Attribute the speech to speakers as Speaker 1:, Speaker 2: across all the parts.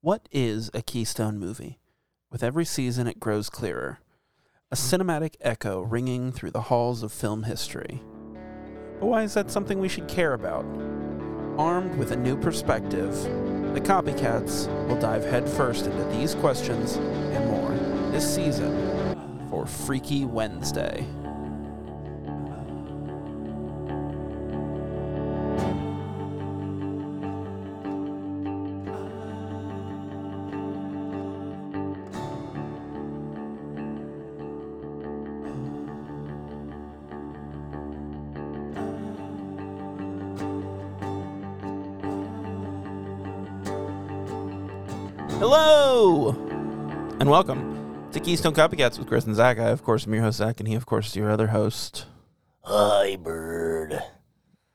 Speaker 1: What is a Keystone movie? With every season, it grows clearer. A cinematic echo ringing through the halls of film history. But why is that something we should care about? Armed with a new perspective, the copycats will dive headfirst into these questions and more this season for Freaky Wednesday. Hello and welcome to Keystone Copycats with Chris and Zach. I, of course, am your host Zach, and he, of course, is your other host.
Speaker 2: Hi, bird.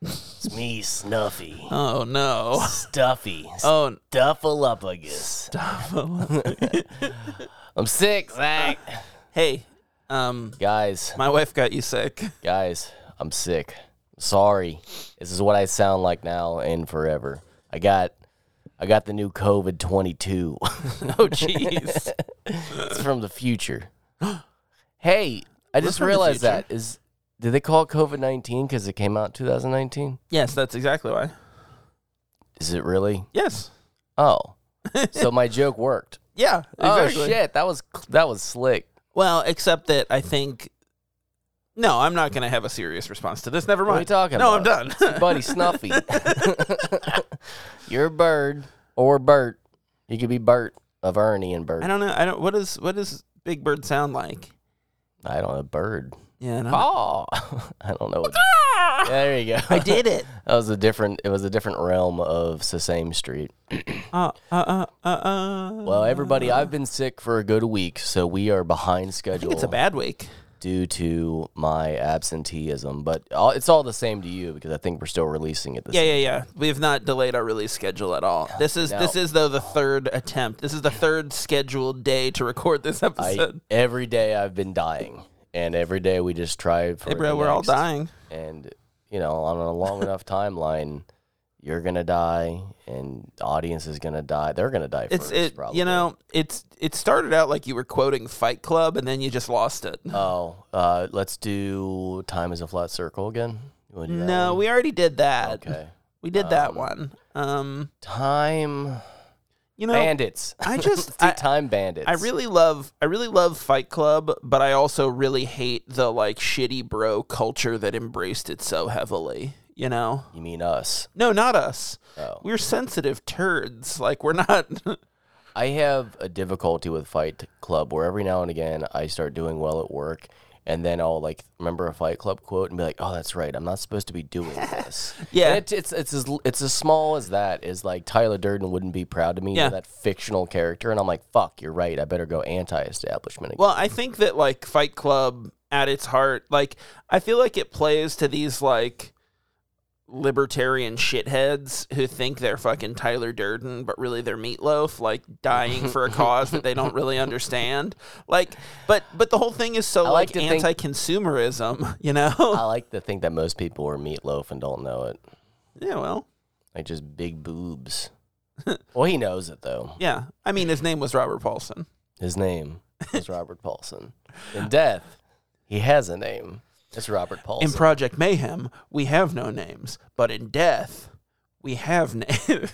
Speaker 2: It's me, Snuffy.
Speaker 1: Oh no!
Speaker 2: Stuffy.
Speaker 1: Oh,
Speaker 2: Stuffaluppagus. I'm sick, Zach.
Speaker 1: hey, um,
Speaker 2: Guys,
Speaker 1: my wife got you sick.
Speaker 2: guys, I'm sick. Sorry. This is what I sound like now and forever. I got I got the new COVID 22.
Speaker 1: Oh, jeez.
Speaker 2: it's from the future. Hey, I just
Speaker 1: from the
Speaker 2: realized
Speaker 1: future.
Speaker 2: that is did they call it COVID 19 cuz it came out 2019?
Speaker 1: yes, that's exactly why.
Speaker 2: Is it really?
Speaker 1: Yes.
Speaker 2: Oh. so my joke worked.
Speaker 1: Yeah.
Speaker 2: Oh shit, that was that was slick.
Speaker 1: Well, except that I think. No, I'm not going to have a serious response to this. Never mind.
Speaker 2: What are we talking
Speaker 1: no,
Speaker 2: about?
Speaker 1: I'm done.
Speaker 2: buddy Snuffy. You're a bird or Bert. You could be Bert of Ernie and Bert.
Speaker 1: I
Speaker 2: I don't,
Speaker 1: don't know. I don't. What is what does Big Bird sound like?
Speaker 2: know, bird.
Speaker 1: Yeah. I don't-
Speaker 2: Oh, I don't know. What, there you go.
Speaker 1: I did it.
Speaker 2: That was a different. It was a different realm of Sesame Street.
Speaker 1: Uh, uh, uh, uh, uh.
Speaker 2: Well, everybody, I've been sick for a good week, so we are behind
Speaker 1: I think
Speaker 2: schedule
Speaker 1: it's a bad week.
Speaker 2: due to my absenteeism. But all, it's all the same to you because I think we're still releasing it. This
Speaker 1: Yeah, yeah, yeah. We have not delayed our release schedule at all. This is this
Speaker 2: No.
Speaker 1: is though the third attempt. This is the third scheduled day to record this
Speaker 2: I,
Speaker 1: episode.
Speaker 2: every day I've been dying, and every day we just try for.
Speaker 1: hey,
Speaker 2: the
Speaker 1: bro, we're all
Speaker 2: next.
Speaker 1: dying.
Speaker 2: and you know, on a long enough timeline, you're gonna die, and the audience is gonna die. They're gonna die.
Speaker 1: It's
Speaker 2: first,
Speaker 1: it.
Speaker 2: probably.
Speaker 1: You know, it's it started out like you were quoting Fight Club, and then you just lost it.
Speaker 2: Oh, uh, let's do time is a flat circle again. You wanna do that
Speaker 1: No,
Speaker 2: one?
Speaker 1: we already did that.
Speaker 2: Okay.
Speaker 1: We did that
Speaker 2: Um,
Speaker 1: one. Um,
Speaker 2: Time
Speaker 1: you know,
Speaker 2: bandits.
Speaker 1: I just
Speaker 2: do
Speaker 1: I,
Speaker 2: time bandits.
Speaker 1: I really love I really love Fight Club, but I also really hate the like shitty bro culture that embraced it so heavily. You know,
Speaker 2: You mean us?
Speaker 1: no, not us.
Speaker 2: Oh.
Speaker 1: We're sensitive turds. Like we're not.
Speaker 2: I have a difficulty with Fight Club where every now and again I start doing well at work and then I'll like remember a Fight Club quote and be like, "Oh, that's right. I'm not supposed to be doing this."
Speaker 1: Yeah.
Speaker 2: And it, it's it's as it's as small as that is like Tyler Durden wouldn't be proud of me,
Speaker 1: Yeah.
Speaker 2: that fictional character, and I'm like, "Fuck, you're right. I better go anti-establishment." Again.
Speaker 1: well, I think that like Fight Club at its heart, like I feel like it plays to these like libertarian shitheads who think they're fucking Tyler Durden, but really they're meatloaf, like dying for a cause that they don't really understand. Like, but but the whole thing is so
Speaker 2: I
Speaker 1: like,
Speaker 2: like to think- Uh,
Speaker 1: anti-consumerism, you know?
Speaker 2: I like to think that most people are meatloaf and don't know it.
Speaker 1: yeah, well,
Speaker 2: Like just big boobs. well, he knows it though.
Speaker 1: yeah. I mean, his name was Robert Paulson.
Speaker 2: His name is Robert Paulson. In death, he has a name. It's Robert Paulson.
Speaker 1: In Project Mayhem, we have no names, but in Death, we have names.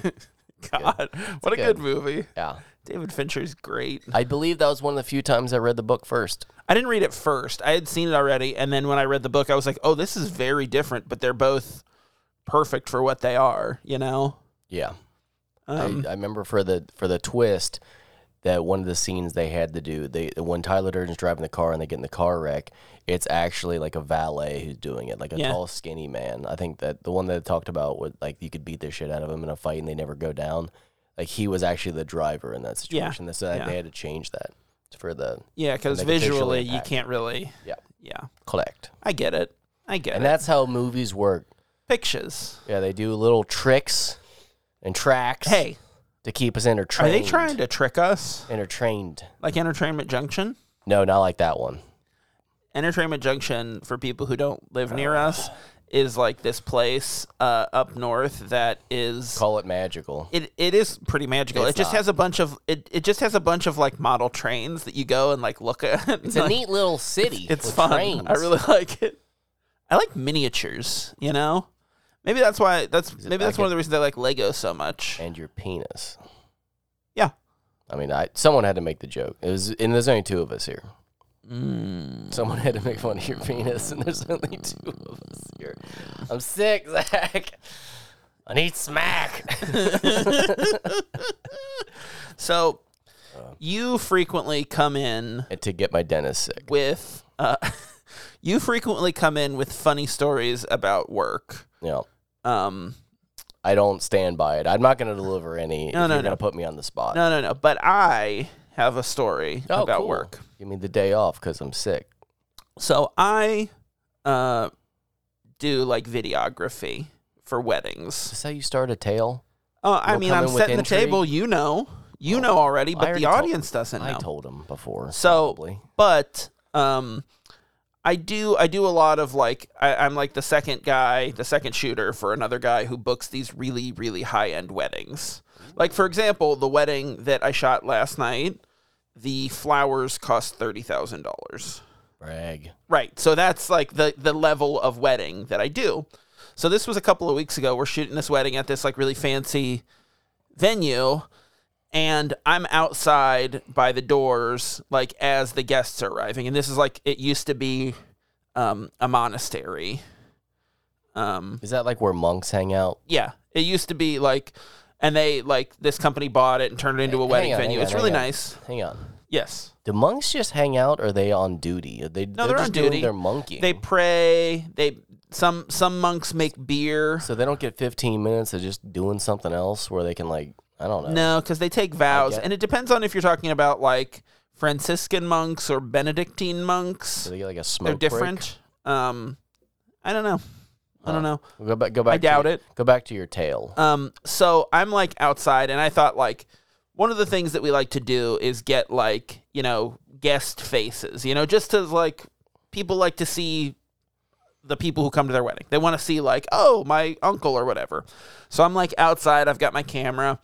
Speaker 1: God, what a good.
Speaker 2: good.
Speaker 1: movie.
Speaker 2: yeah.
Speaker 1: David Fincher's great.
Speaker 2: I believe that was one of the few times I read the book first.
Speaker 1: I didn't read it first. I had seen it already, and then when I read the book, I was like, "Oh, this is very different, but they're both perfect for what they are." You know?
Speaker 2: Yeah.
Speaker 1: Um,
Speaker 2: I, I remember for the for the twist that one of the scenes they had to do, they when Tyler Durden's driving the car and they get in the car wreck, it's actually like a valet who's doing it, like a
Speaker 1: Yeah.
Speaker 2: tall, skinny man. I think that the one that I talked about was like you could beat the shit out of him in a fight and they never go down. Like he was actually the driver in that
Speaker 1: Yeah.
Speaker 2: situation. So that
Speaker 1: Yeah.
Speaker 2: they had to change that for the
Speaker 1: yeah, because
Speaker 2: make a visual
Speaker 1: visually, you
Speaker 2: impact.
Speaker 1: can't really.
Speaker 2: Yeah.
Speaker 1: Yeah,
Speaker 2: collect.
Speaker 1: I get it. I get
Speaker 2: And
Speaker 1: it.
Speaker 2: that's how movies work.
Speaker 1: Pictures.
Speaker 2: Yeah, they do little tricks and tracks
Speaker 1: Hey,
Speaker 2: to keep us entertained.
Speaker 1: are they trying to trick us?
Speaker 2: entertained?
Speaker 1: Like Entertainment Junction?
Speaker 2: No, not like that one.
Speaker 1: Entertainment Junction, for people who don't live near us, is like this place uh, up north that is
Speaker 2: Call it magical.
Speaker 1: it, it is pretty magical.
Speaker 2: It's
Speaker 1: it just
Speaker 2: not.
Speaker 1: has a bunch of it, it just has a bunch of like model trains that you go and like look at.
Speaker 3: It's a neat little city.
Speaker 1: It's
Speaker 3: with
Speaker 1: fun.
Speaker 3: Trains.
Speaker 1: I really like it. I like miniatures, you know? Maybe that's why that's
Speaker 2: it
Speaker 1: maybe that's
Speaker 2: like
Speaker 1: one
Speaker 2: a-
Speaker 1: of the reasons I like Lego so much.
Speaker 2: and your penis.
Speaker 1: Yeah.
Speaker 2: I mean, I someone had to make the joke. It was, and there's only two of us here.
Speaker 1: Mm.
Speaker 2: Someone had to make fun of your penis, and there's only two of us here. I'm sick, Zach. I need smack.
Speaker 1: So you frequently come in
Speaker 2: And to get my dentist sick.
Speaker 1: with uh, you frequently come in with funny stories about work.
Speaker 2: You know,
Speaker 1: Um,
Speaker 2: I don't stand by it. I'm not going to deliver any.
Speaker 1: No,
Speaker 2: if
Speaker 1: no,
Speaker 2: you're
Speaker 1: no.
Speaker 2: going to put me on the spot.
Speaker 1: no, no, no. But I have a story
Speaker 2: Oh,
Speaker 1: about
Speaker 2: cool.
Speaker 1: work.
Speaker 2: Give me the day off because I'm sick.
Speaker 1: So I uh, do like videography for weddings.
Speaker 2: Is this how you start a tale?
Speaker 1: Oh, I
Speaker 2: We'll
Speaker 1: mean,
Speaker 2: come
Speaker 1: I'm
Speaker 2: in with
Speaker 1: setting the
Speaker 2: intrigue.
Speaker 1: table. You know, you know already, but
Speaker 2: already
Speaker 1: the
Speaker 2: told-
Speaker 1: audience doesn't know.
Speaker 2: I told him before.
Speaker 1: So-
Speaker 2: probably.
Speaker 1: but um, I do. I do a lot of like. I, I'm like the second guy, the second shooter for another guy who books these really, really high end weddings. Like for example, the wedding that I shot last night, the flowers cost thirty thousand dollars.
Speaker 2: brag.
Speaker 1: Right. So that's like the the level of wedding that I do. So this was a couple of weeks ago. We're shooting this wedding at this like really fancy venue and I'm outside by the doors like as the guests are arriving. And this is like it used to be um a monastery. Um
Speaker 2: Is that like where monks hang out?
Speaker 1: yeah, it used to be like and they like this company bought it and turned it into a
Speaker 2: Hang
Speaker 1: wedding
Speaker 2: on,
Speaker 1: venue.
Speaker 2: hang
Speaker 1: it's
Speaker 2: on,
Speaker 1: really
Speaker 2: hang on.
Speaker 1: nice.
Speaker 2: Hang on.
Speaker 1: Yes.
Speaker 2: Do monks just hang out? Or are they on duty? Are they,
Speaker 1: No, they're
Speaker 2: just
Speaker 1: on duty.
Speaker 2: Doing their monkeying.
Speaker 1: They pray. They some some monks make beer.
Speaker 2: so they don't get 15 minutes of just doing something else where they can like I don't know.
Speaker 1: No, because they take vows,
Speaker 2: get-
Speaker 1: and it depends on if you're talking about like Franciscan monks or Benedictine monks.
Speaker 2: Do they get like a smoke?
Speaker 1: They're
Speaker 2: break?
Speaker 1: different. Um, I don't know. I don't
Speaker 2: Huh.
Speaker 1: know.
Speaker 2: Go back. Go back.
Speaker 1: I doubt
Speaker 2: to,
Speaker 1: it.
Speaker 2: Go back to your tale.
Speaker 1: Um, so I'm like outside, and I thought like one of the things that we like to do is get like you know guest faces. You know, just to like people like to see the people who come to their wedding. They want to see like oh my uncle or whatever. So I'm like outside. I've got my camera,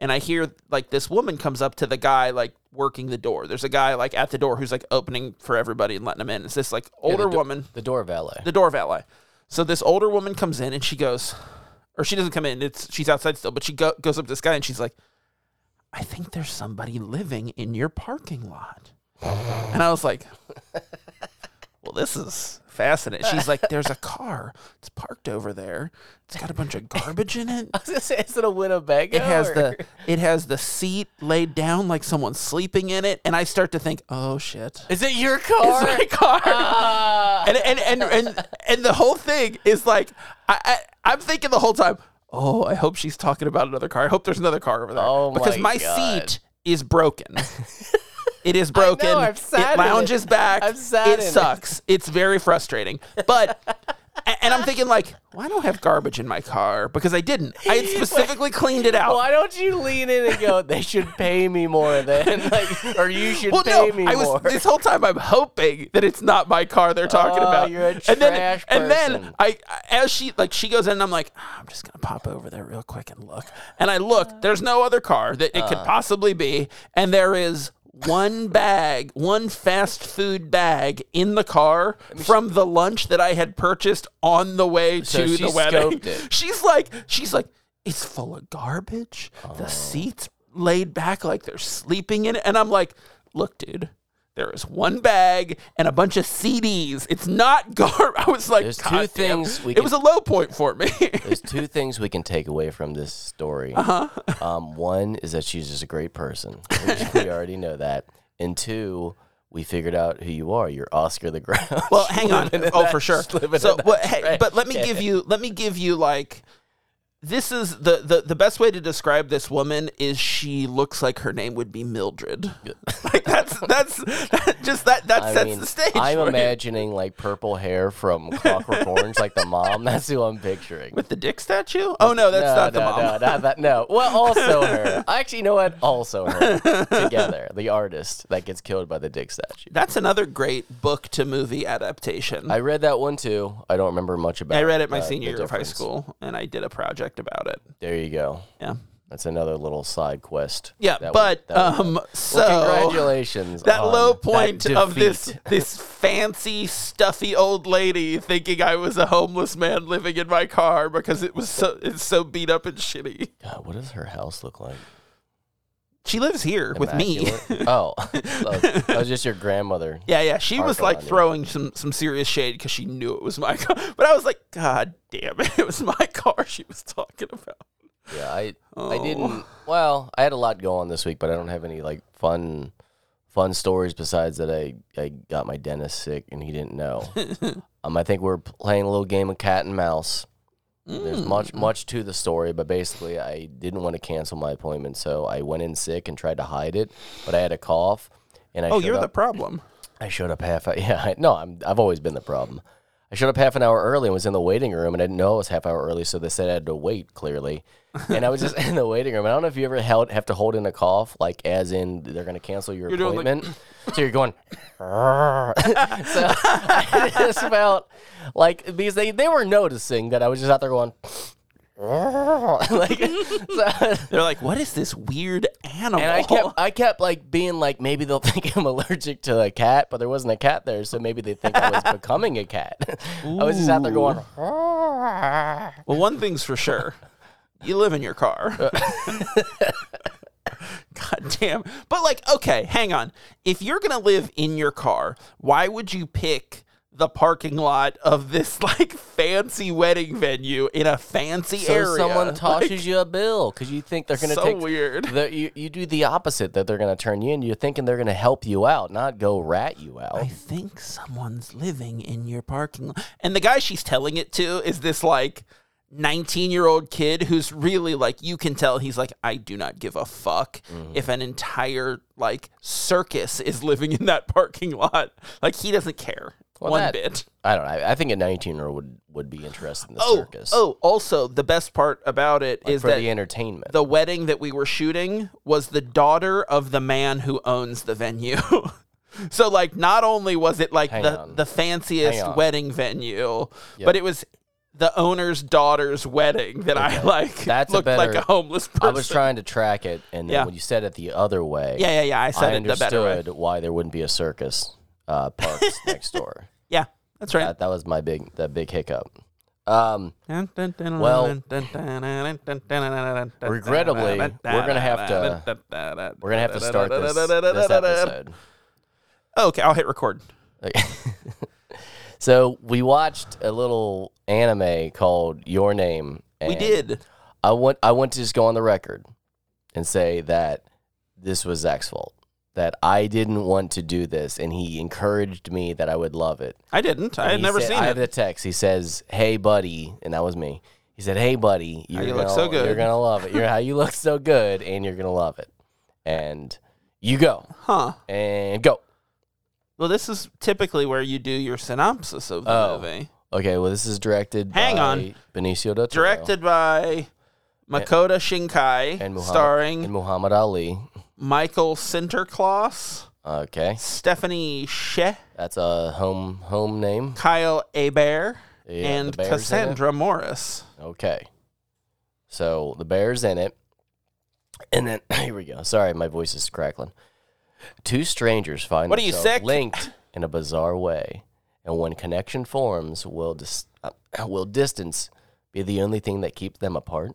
Speaker 1: and I hear like this woman comes up to the guy like working the door. There's a guy like at the door who's like opening for everybody and letting them in. It's this like older
Speaker 2: do-
Speaker 1: woman
Speaker 2: the door valet.
Speaker 1: Um, the door valet. So this older woman comes in and she goes, or she doesn't come in. It's she's outside still, but she go, goes up to this guy and she's like, "I think there's somebody living in your parking lot." and I was like, "Well, this is fascinating." She's like, "There's a car. It's parked over there. It's got a bunch of garbage in it.
Speaker 2: I was gonna say, is it a Winnebago?
Speaker 1: It has
Speaker 2: or-
Speaker 1: the it has the seat laid down like someone's sleeping in it." And I start to think, "Oh shit."
Speaker 3: Is it your car?
Speaker 1: my car.
Speaker 2: Uh,
Speaker 3: Ah.
Speaker 1: and and and and and the whole thing is like I, I I'm thinking the whole time. Oh, I hope she's talking about another car. I hope there's another car over there
Speaker 2: Oh
Speaker 1: because
Speaker 2: my
Speaker 1: my
Speaker 2: God.
Speaker 1: seat is broken. it is broken.
Speaker 3: I've sat
Speaker 1: it
Speaker 3: in
Speaker 1: lounges
Speaker 3: it.
Speaker 1: back.
Speaker 3: I've sat
Speaker 1: it
Speaker 3: in it.
Speaker 1: sucks. It's very frustrating. But a- and I'm thinking like, well, I don't have garbage in my car because I didn't. I had specifically cleaned it out.
Speaker 2: Why don't you lean in and go? They should pay me more then, like, or you should
Speaker 1: Well,
Speaker 2: pay
Speaker 1: no,
Speaker 2: me
Speaker 1: I was
Speaker 2: more.
Speaker 1: this whole time. I'm hoping that it's not my car they're talking
Speaker 2: Oh,
Speaker 1: about.
Speaker 2: you're a
Speaker 1: and then,
Speaker 2: trash
Speaker 1: and then
Speaker 2: person.
Speaker 1: I, I- as she like she goes in, and I'm like, "Ah, I'm just gonna pop over there real quick and look. And I look. There's no other car that it could
Speaker 2: Uh.
Speaker 1: possibly be, and there is one bag, one fast food bag in the car from the lunch that I had purchased on the way
Speaker 2: So
Speaker 1: to
Speaker 2: she
Speaker 1: the wedding.
Speaker 2: scoped it.
Speaker 1: She's like, she's like, it's full of garbage. The
Speaker 2: Oh.
Speaker 1: seats laid back like they're sleeping in it. And I'm like, look, dude, there is one bag and a bunch of CDs. It's not garbage. I was like,
Speaker 2: There's two
Speaker 1: "God damn."
Speaker 2: things we
Speaker 1: it
Speaker 2: can-
Speaker 1: was a low point for me.
Speaker 2: There's two things we can take away from this story. Uh-huh. Um, one is that she's just a great person. we already know that. And two, we figured out who you are. You're Oscar the Grouch.
Speaker 1: well, hang on.
Speaker 2: Living in
Speaker 1: Oh,
Speaker 2: that-
Speaker 1: for sure.
Speaker 2: living in
Speaker 1: So,
Speaker 2: that
Speaker 1: but, hey,
Speaker 2: trash
Speaker 1: but let me
Speaker 2: can.
Speaker 1: give you, let me give you like this is the, the the best way to describe this woman is she looks like her name would be Mildred. like that's that's that, just that that
Speaker 2: I
Speaker 1: sets
Speaker 2: mean,
Speaker 1: the stage.
Speaker 2: I'm
Speaker 1: for you.
Speaker 2: imagining like purple hair from Clockwork Orange, like the mom. That's who I'm picturing.
Speaker 1: with the dick statue. Oh no, that's
Speaker 2: no,
Speaker 1: not the
Speaker 2: no,
Speaker 1: mom.
Speaker 2: no, not that. No. Well, also her. Actually, you know what? Also her. Together, the artist that gets killed by the dick statue.
Speaker 1: That's another great book to movie adaptation.
Speaker 2: I
Speaker 1: I,
Speaker 2: read that one too. I don't remember much about.
Speaker 1: read it my
Speaker 2: uh, the
Speaker 1: senior year of high
Speaker 2: difference.
Speaker 1: school, and I did a project about it.
Speaker 2: There you go.
Speaker 1: Yeah,
Speaker 2: That's another little side quest.
Speaker 1: yeah,
Speaker 2: that we-
Speaker 1: but
Speaker 2: that we-
Speaker 1: um,
Speaker 2: Well,
Speaker 1: so
Speaker 2: congratulations.
Speaker 1: that
Speaker 2: on
Speaker 1: low
Speaker 2: that
Speaker 1: point of this
Speaker 2: defeat.
Speaker 1: this fancy stuffy old lady thinking I was a homeless man living in my car because it was so it's so beat up and shitty.
Speaker 2: God, what does her house look like?
Speaker 1: She lives here with me.
Speaker 2: Immaculate? oh, that was just your grandmother.
Speaker 1: Yeah, yeah. She was
Speaker 2: Harping
Speaker 1: like
Speaker 2: on you.
Speaker 1: throwing some, some serious shade because she knew it was my car. But I was like, God damn it. It was my car she was talking about.
Speaker 2: Yeah, I I
Speaker 1: Oh.
Speaker 2: didn't. Well, I had a lot go on this week, but I don't have any like fun fun stories besides that I I got my dentist sick and he didn't know. um, I think we were playing a little game of cat and mouse.
Speaker 1: Mm.
Speaker 2: There's much much to the story, but basically I didn't want to cancel my appointment, so I went in sick and tried to hide it, but I had a cough. And I
Speaker 1: Oh,
Speaker 2: showed
Speaker 1: you're
Speaker 2: up,
Speaker 1: the problem.
Speaker 2: I showed up half. Yeah, I, no, I'm, I've always been the problem. I showed up half an hour early and was in the waiting room, and I didn't know it was half hour early, so they said I had to wait. Clearly, and I was just in the waiting room. I don't know if you ever held, have to hold in a cough, like as in they're going to cancel your
Speaker 1: You're doing like-
Speaker 2: appointment, so you're going. so I just felt like because they they were noticing that I was just out there going. like so,
Speaker 1: They're like, what is this weird animal?
Speaker 2: and I kept, I kept like being like, maybe they'll think I'm allergic to a cat, but there wasn't a cat there, so maybe they think I was becoming a cat. I was just out there going,
Speaker 1: well, one thing's for sure. You live in your car.
Speaker 2: Uh.
Speaker 1: God damn. But like, okay, hang on. If you're gonna live in your car, why would you pick the parking lot of this like fancy wedding venue in a fancy
Speaker 2: so
Speaker 1: area?
Speaker 2: someone tosses
Speaker 1: Like,
Speaker 2: you a bill because you think they're gonna
Speaker 1: so
Speaker 2: take.
Speaker 1: weird.
Speaker 2: the- you, you do the opposite that they're gonna turn you in. You're thinking they're gonna help you out, not go rat you out.
Speaker 1: I think someone's living in your parking lot. And the guy she's telling it to is this like 19 year old kid who's really like, you can tell he's like, I do not give a fuck
Speaker 2: Mm-hmm.
Speaker 1: if an entire like circus is living in that parking lot. Like, he doesn't care
Speaker 2: Well,
Speaker 1: one
Speaker 2: that-
Speaker 1: bit.
Speaker 2: I don't know. I, I think a 19 year old would, would be interested in the
Speaker 1: Oh,
Speaker 2: circus
Speaker 1: oh, also, the best part about it is
Speaker 2: for
Speaker 1: that
Speaker 2: the entertainment.
Speaker 1: the wedding that we were shooting was the daughter of the man who owns the venue. so like not only was it like
Speaker 2: Hang
Speaker 1: the,
Speaker 2: on.
Speaker 1: the fanciest
Speaker 2: Hang on.
Speaker 1: wedding venue, but it was the owner's daughter's wedding that I like
Speaker 2: That's a
Speaker 1: looked like
Speaker 2: better-
Speaker 1: a homeless person.
Speaker 2: I was trying to track it, and then
Speaker 1: Yeah.
Speaker 2: when you said it the other way,
Speaker 1: yeah, yeah, yeah. I said
Speaker 2: I
Speaker 1: it the better way.
Speaker 2: understood why there wouldn't be a circus uh, parks next door.
Speaker 1: Yeah, that's right.
Speaker 2: That, that was my big that big hiccup. Um, Well, regrettably, we're gonna have to- we're gonna have to start this, this episode.
Speaker 1: Oh, Okay, I'll hit record.
Speaker 2: So we watched a little anime called Your Name.
Speaker 1: We
Speaker 2: and
Speaker 1: did.
Speaker 2: I want I want to just go on the record and say that this was Zach's fault. That I didn't want to do this, and he encouraged me that I would love it.
Speaker 1: I didn't. I
Speaker 2: And
Speaker 1: had
Speaker 2: he
Speaker 1: never
Speaker 2: said-
Speaker 1: seen
Speaker 2: I
Speaker 1: it.
Speaker 2: had the text. He says, "Hey, buddy," and that was me. He said, "Hey, buddy, you're
Speaker 1: you
Speaker 2: gonna,
Speaker 1: look so good."
Speaker 2: You're gonna love it. You're how you look so good, and you're gonna love it." And you go
Speaker 1: Huh.
Speaker 2: and go.
Speaker 1: Well, this is typically where you do your synopsis of the
Speaker 2: Oh.
Speaker 1: movie.
Speaker 2: Okay, well, this is directed.
Speaker 1: Hang
Speaker 2: by
Speaker 1: on.
Speaker 2: Benicio del Toro
Speaker 1: Directed by Makoto Shinkai,
Speaker 2: and Muhammad,
Speaker 1: starring
Speaker 2: and Muhammad Ali.
Speaker 1: Michael Sinterklaas,
Speaker 2: Okay,
Speaker 1: Stephanie She,
Speaker 2: that's a home home name.
Speaker 1: Kyle Abair,
Speaker 2: Yeah, the
Speaker 1: and
Speaker 2: bear's in it.
Speaker 1: Cassandra Morris.
Speaker 2: Okay, so the bear's in it, and then here we go. Sorry, my voice is crackling. Two strangers find
Speaker 1: What are you,
Speaker 2: themselves
Speaker 1: sick?
Speaker 2: linked in a bizarre way, and when connection forms, will dis- uh, will distance be the only thing that keeps them apart?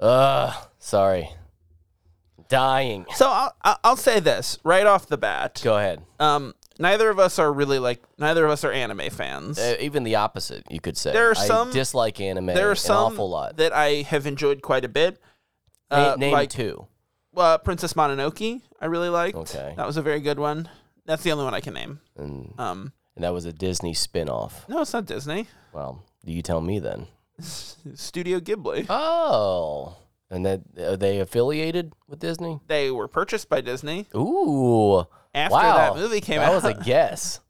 Speaker 2: Ugh, sorry, dying.
Speaker 1: So I'll, I'll I'll say this right off the bat.
Speaker 2: Go ahead.
Speaker 1: Um, neither of us are really like neither of us are anime fans.
Speaker 2: Uh, even the opposite, you could say.
Speaker 1: There are
Speaker 2: I
Speaker 1: some-
Speaker 2: dislike anime.
Speaker 1: there are
Speaker 2: an
Speaker 1: some
Speaker 2: awful lot.
Speaker 1: that I have enjoyed quite a bit.
Speaker 2: Na-
Speaker 1: uh,
Speaker 2: name
Speaker 1: like-
Speaker 2: two.
Speaker 1: uh, Princess Mononoke. I really liked.
Speaker 2: Okay.
Speaker 1: that was a very good one. That's the only one I can name. Um,
Speaker 2: And that was a Disney spin off.
Speaker 1: no, it's not Disney.
Speaker 2: Well, you tell me then.
Speaker 1: Studio Ghibli.
Speaker 2: Oh, and that are they affiliated with Disney?
Speaker 1: They were purchased by Disney
Speaker 2: Ooh,
Speaker 1: after
Speaker 2: wow.
Speaker 1: that movie came
Speaker 2: that
Speaker 1: out.
Speaker 2: was a guess.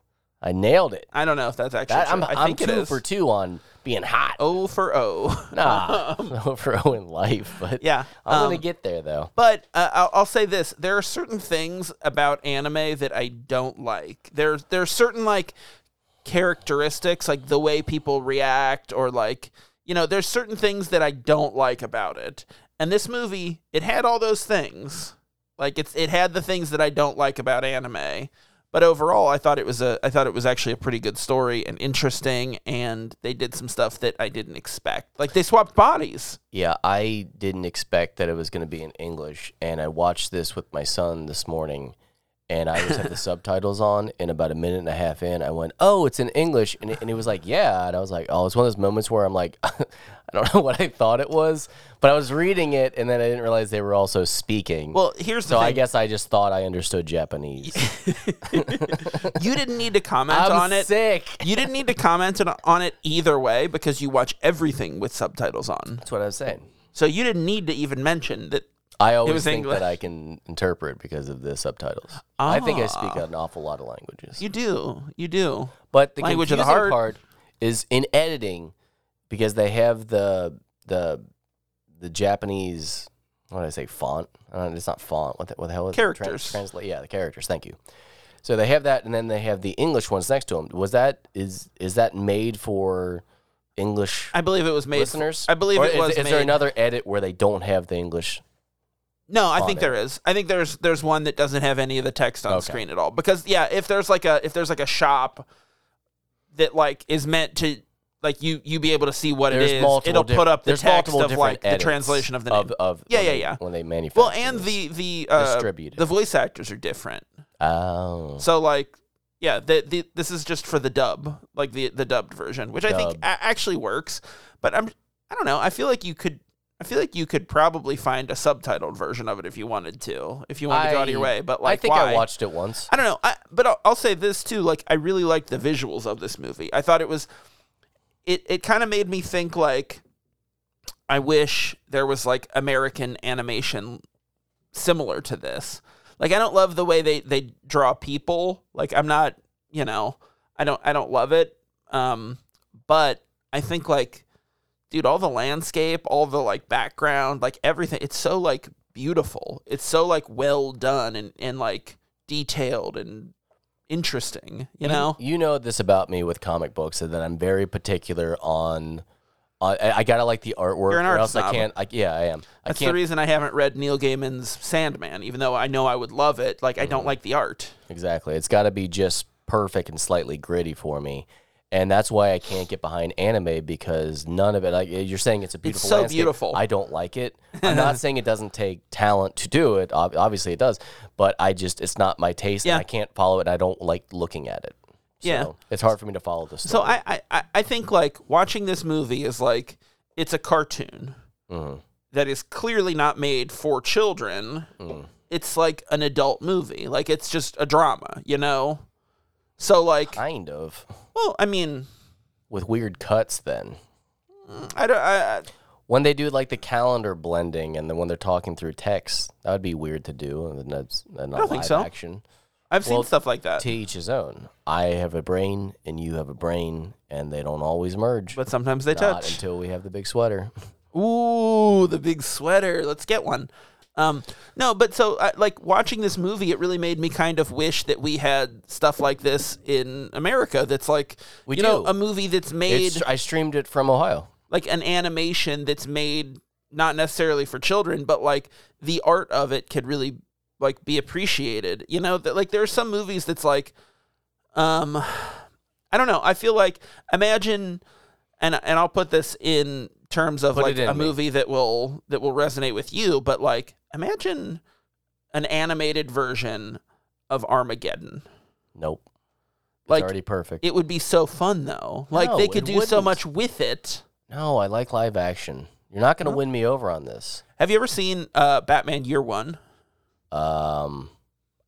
Speaker 2: I nailed it.
Speaker 1: I don't know if that's actually
Speaker 2: That, I'm,
Speaker 1: true. I
Speaker 2: I'm
Speaker 1: think it
Speaker 2: two
Speaker 1: is. Oh,
Speaker 2: for two on being hot.
Speaker 1: O for O.
Speaker 2: Nah, for Owen life, but
Speaker 1: um, Yeah.
Speaker 2: I'm
Speaker 1: um,
Speaker 2: gonna get there though.
Speaker 1: But uh, I'll, I'll say this: there are certain things about anime that I don't like. There's there's certain like characteristics, like the way people react, or like you know, there's certain things that I don't like about it. And this movie, it had all those things. Like it's it had the things that I don't like about anime. But overall, I thought it was a I thought it was actually a pretty good story and interesting, and they did some stuff that I didn't expect. Like they swapped bodies.
Speaker 2: Yeah, I didn't expect that it was going to be in English, and I watched this with my son this morning, and I just had the subtitles on. And about a minute and a half in, I went, "Oh, it's in English," and it, and it was like, "Yeah," and I was like, "Oh, it's one of those moments where I'm like, I don't know what I thought it was, but I was reading it, and then I didn't realize they were also speaking."
Speaker 1: Well, here's the
Speaker 2: so
Speaker 1: thing.
Speaker 2: I guess I just thought I understood Japanese.
Speaker 1: you didn't need to comment
Speaker 2: I'm
Speaker 1: on it.
Speaker 2: sick.
Speaker 1: You didn't need to comment on- on it either way because you watch everything with subtitles on.
Speaker 2: That's what I was saying.
Speaker 1: So you didn't need to even mention that.
Speaker 2: I always
Speaker 1: was
Speaker 2: think
Speaker 1: English.
Speaker 2: that I can interpret because of the subtitles. I think I speak an awful lot of languages.
Speaker 1: You do. You do.
Speaker 2: But the
Speaker 1: Language
Speaker 2: language
Speaker 1: of the heart.
Speaker 2: part is in editing because they have the the the Japanese what did I say font? Uh, it's not font. What the, what the hell is
Speaker 1: Characters.
Speaker 2: It? Tran- translate. Yeah, the characters. Thank you. So they have that, and then they have the English ones next to them. Was that is is that made for English
Speaker 1: I believe it was made.
Speaker 2: listeners?
Speaker 1: I believe
Speaker 2: Or
Speaker 1: it
Speaker 2: is,
Speaker 1: was
Speaker 2: Is
Speaker 1: made.
Speaker 2: there another edit where they don't have the English?
Speaker 1: no, I
Speaker 2: on
Speaker 1: think
Speaker 2: it?
Speaker 1: there is. I think there's there's one that doesn't have any of the text on
Speaker 2: Okay.
Speaker 1: screen at all because yeah, if there's like a if there's like a shop that like is meant to like you you be able to see what
Speaker 2: There's
Speaker 1: it is,
Speaker 2: multiple
Speaker 1: it'll
Speaker 2: diff-
Speaker 1: put up the
Speaker 2: there's multiple
Speaker 1: text of
Speaker 2: different
Speaker 1: like the
Speaker 2: edits
Speaker 1: translation of the name.
Speaker 2: of, of
Speaker 1: Yeah,
Speaker 2: when
Speaker 1: yeah,
Speaker 2: they-
Speaker 1: yeah.
Speaker 2: when they manufacture
Speaker 1: well, and the the uh,
Speaker 2: distributed
Speaker 1: the voice actors are different.
Speaker 2: oh
Speaker 1: So like, yeah, the, the this is just for the dub, like the the dubbed version, which I think
Speaker 2: Dub.
Speaker 1: a- actually works. But I'm I don't know. I feel like you could I feel like you could probably find a subtitled version of it if you wanted to, if you wanted to go out of your
Speaker 2: I-
Speaker 1: way. But like,
Speaker 2: I think
Speaker 1: why?
Speaker 2: I watched it once.
Speaker 1: I don't know. I, but I'll, I'll say this too. Like, I really liked the visuals of this movie. I thought it was, it, it kind of made me think like, I wish there was like American animation similar to this. Like, I don't love the way they, they draw people. Like, I'm not, you know, I don't, I don't love it. Um, but I think like, dude, all the landscape, all the like background, like everything, it's so like beautiful. It's so like well done and, and like detailed and interesting, you know?
Speaker 2: you know this about me with comic books and that I'm very particular on. on I, I gotta like the artwork,
Speaker 1: You're an
Speaker 2: or
Speaker 1: art
Speaker 2: else I
Speaker 1: snob.
Speaker 2: can't. I, yeah, I am. I
Speaker 1: That's
Speaker 2: can't
Speaker 1: the reason I haven't read Neil Gaiman's Sandman, even though I know I would love it. Like, I
Speaker 2: Mm-hmm.
Speaker 1: don't like the art.
Speaker 2: exactly. It's got to be just perfect and slightly gritty for me, and that's why I can't get behind anime because none of it. Like eh, you're saying, it's a beautiful.
Speaker 1: so
Speaker 2: landscape.
Speaker 1: beautiful.
Speaker 2: I don't like it. I'm not saying it doesn't take talent to do it. ob- Obviously, it does, but I just it's not my taste,
Speaker 1: Yeah.
Speaker 2: and I can't follow it. and I don't like looking at it. So
Speaker 1: Yeah.
Speaker 2: it's hard for me to follow the story.
Speaker 1: So I, I- I, I think like watching this movie is like it's a cartoon that is clearly not made for children. It's like an adult movie. Like it's just a drama, you know? So like
Speaker 2: kind of.
Speaker 1: well, I mean,
Speaker 2: with weird cuts then
Speaker 1: I don't I, I-
Speaker 2: when they do like the calendar blending and then when they're talking through text that would be weird to do and then that's and not
Speaker 1: don't think
Speaker 2: live
Speaker 1: so.
Speaker 2: action
Speaker 1: I've seen
Speaker 2: Well,
Speaker 1: stuff like that.
Speaker 2: to each his own i have a brain and you have a brain and they don't always merge
Speaker 1: but sometimes they
Speaker 2: not
Speaker 1: touch.
Speaker 2: until we have the big sweater
Speaker 1: Ooh, the big sweater. Let's get one. Um, no, but so I, like watching this movie, it really made me kind of wish that we had stuff like this in America. That's like
Speaker 2: We
Speaker 1: you know
Speaker 2: do.
Speaker 1: a movie that's made
Speaker 2: it's, i streamed it from ohio
Speaker 1: like an animation that's made not necessarily for children, but like the art of it could really like be appreciated. You know, that like there are some movies that's like, um, I don't know. I feel like imagine, and and I'll put this in terms of
Speaker 2: Put
Speaker 1: like
Speaker 2: it in
Speaker 1: a
Speaker 2: me.
Speaker 1: movie that will that will resonate with you, but like imagine an animated version of Armageddon.
Speaker 2: nope
Speaker 1: Like
Speaker 2: it's already perfect
Speaker 1: it would be so fun though. Like
Speaker 2: No,
Speaker 1: they could
Speaker 2: it
Speaker 1: do so
Speaker 2: wouldn't.
Speaker 1: much with it.
Speaker 2: no i like live action you're not going to win me over on this
Speaker 1: Have you ever seen uh, Batman Year One?
Speaker 2: um i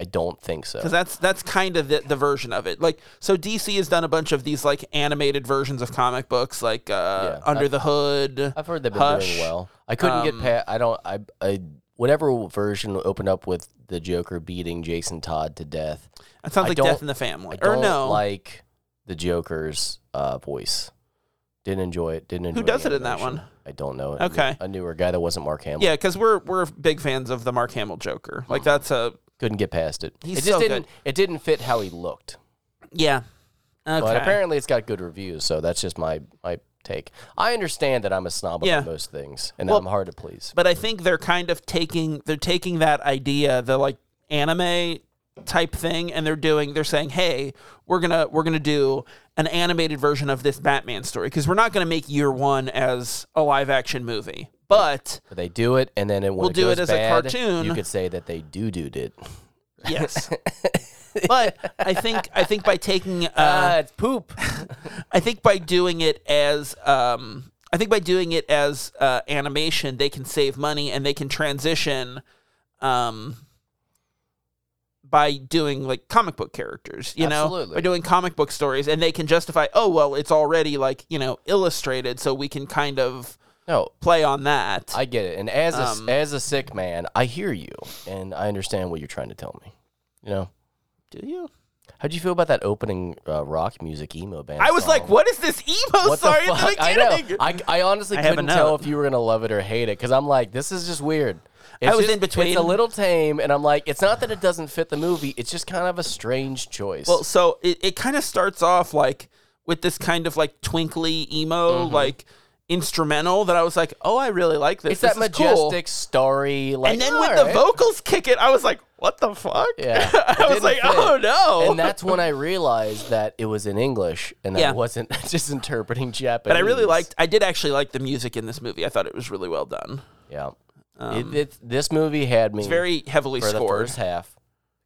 Speaker 2: I don't think so.
Speaker 1: Because that's that's kind of the, the version of it. Like so, DC has done a bunch of these like animated versions of comic books, like uh,
Speaker 2: Yeah.
Speaker 1: Under the Hood.
Speaker 2: I've heard they've been
Speaker 1: Hush.
Speaker 2: doing well. I couldn't get
Speaker 1: Um,
Speaker 2: past. I don't. I. I. Whatever version opened up with the Joker beating Jason Todd to death.
Speaker 1: That sounds
Speaker 2: I
Speaker 1: like
Speaker 2: don't-
Speaker 1: Death in the
Speaker 2: I
Speaker 1: Family, or
Speaker 2: don't
Speaker 1: no?
Speaker 2: like the Joker's uh, voice. Didn't enjoy it. Didn't enjoy.
Speaker 1: Who
Speaker 2: the
Speaker 1: does it in that
Speaker 2: animation.
Speaker 1: one?
Speaker 2: I don't know.
Speaker 1: Okay.
Speaker 2: a newer guy that wasn't Mark Hamill.
Speaker 1: yeah, because we're we're big fans of the Mark Hamill Joker. Like
Speaker 2: Uh-huh.
Speaker 1: that's a
Speaker 2: couldn't get past it.
Speaker 1: He's
Speaker 2: it just
Speaker 1: so
Speaker 2: didn't.
Speaker 1: good.
Speaker 2: It didn't fit how he looked.
Speaker 1: yeah. Okay.
Speaker 2: But apparently, it's got good reviews. So that's just my my take. I understand that I'm a snob about
Speaker 1: Yeah.
Speaker 2: most things, and
Speaker 1: Well-
Speaker 2: I'm hard to please.
Speaker 1: but I think they're kind of taking they're taking that idea, the like anime type thing, and they're doing they're saying, hey, we're gonna we're gonna do an animated version of this Batman story because we're not gonna make Year One as a live action movie, but
Speaker 2: But they do it, and then it, when
Speaker 1: We'll
Speaker 2: it
Speaker 1: do it
Speaker 2: goes
Speaker 1: as a
Speaker 2: bad,
Speaker 1: cartoon.
Speaker 2: You could say that they do do it.
Speaker 1: yes. but I think I think by taking uh,
Speaker 2: Ah, it's poop.
Speaker 1: I think by doing it as um, I think by doing it as uh, animation, they can save money and they can transition um, by doing like comic book characters. You know,
Speaker 2: Absolutely.
Speaker 1: by doing comic book stories, and they can justify, oh well, it's already like you know illustrated, so we can kind of
Speaker 2: No,
Speaker 1: play on that.
Speaker 2: I get it. And as a,
Speaker 1: Um,
Speaker 2: as a sick man, I hear you, and I understand what you're trying to tell me. You know,
Speaker 1: Do you?
Speaker 2: how'd you feel about that opening uh, rock music emo band?
Speaker 1: I was
Speaker 2: song?
Speaker 1: like, what is this emo
Speaker 2: What
Speaker 1: sorry
Speaker 2: the
Speaker 1: at the
Speaker 2: fuck? I
Speaker 1: beginning?
Speaker 2: know. I, I honestly
Speaker 1: I have a
Speaker 2: couldn't tell
Speaker 1: note.
Speaker 2: if you were gonna love it or hate it because I'm like, this is just weird. It's
Speaker 1: was
Speaker 2: just-
Speaker 1: in between.
Speaker 2: It's a little tame, and I'm like, it's not that it doesn't fit the movie. It's just kind of a strange choice.
Speaker 1: Well, so it, it kind of starts off like with this kind of like twinkly emo
Speaker 2: Mm-hmm.
Speaker 1: like instrumental that I was like, oh, I really like this.
Speaker 2: it's
Speaker 1: This
Speaker 2: that
Speaker 1: is cool."
Speaker 2: majestic, starry, like.
Speaker 1: And then
Speaker 2: all
Speaker 1: when the
Speaker 2: right.
Speaker 1: vocals kick it, I was like, what the fuck?
Speaker 2: Yeah. It
Speaker 1: I was
Speaker 2: didn't
Speaker 1: like,
Speaker 2: fit.
Speaker 1: oh no.
Speaker 2: And that's when I realized that it was in English and
Speaker 1: Yeah.
Speaker 2: I wasn't just interpreting Japanese.
Speaker 1: but I really liked. I did actually like the music in this movie. I thought it was really well done.
Speaker 2: Yeah. it, it, this movie had
Speaker 1: um,
Speaker 2: me
Speaker 1: It's very heavily
Speaker 2: for the
Speaker 1: scored.
Speaker 2: first half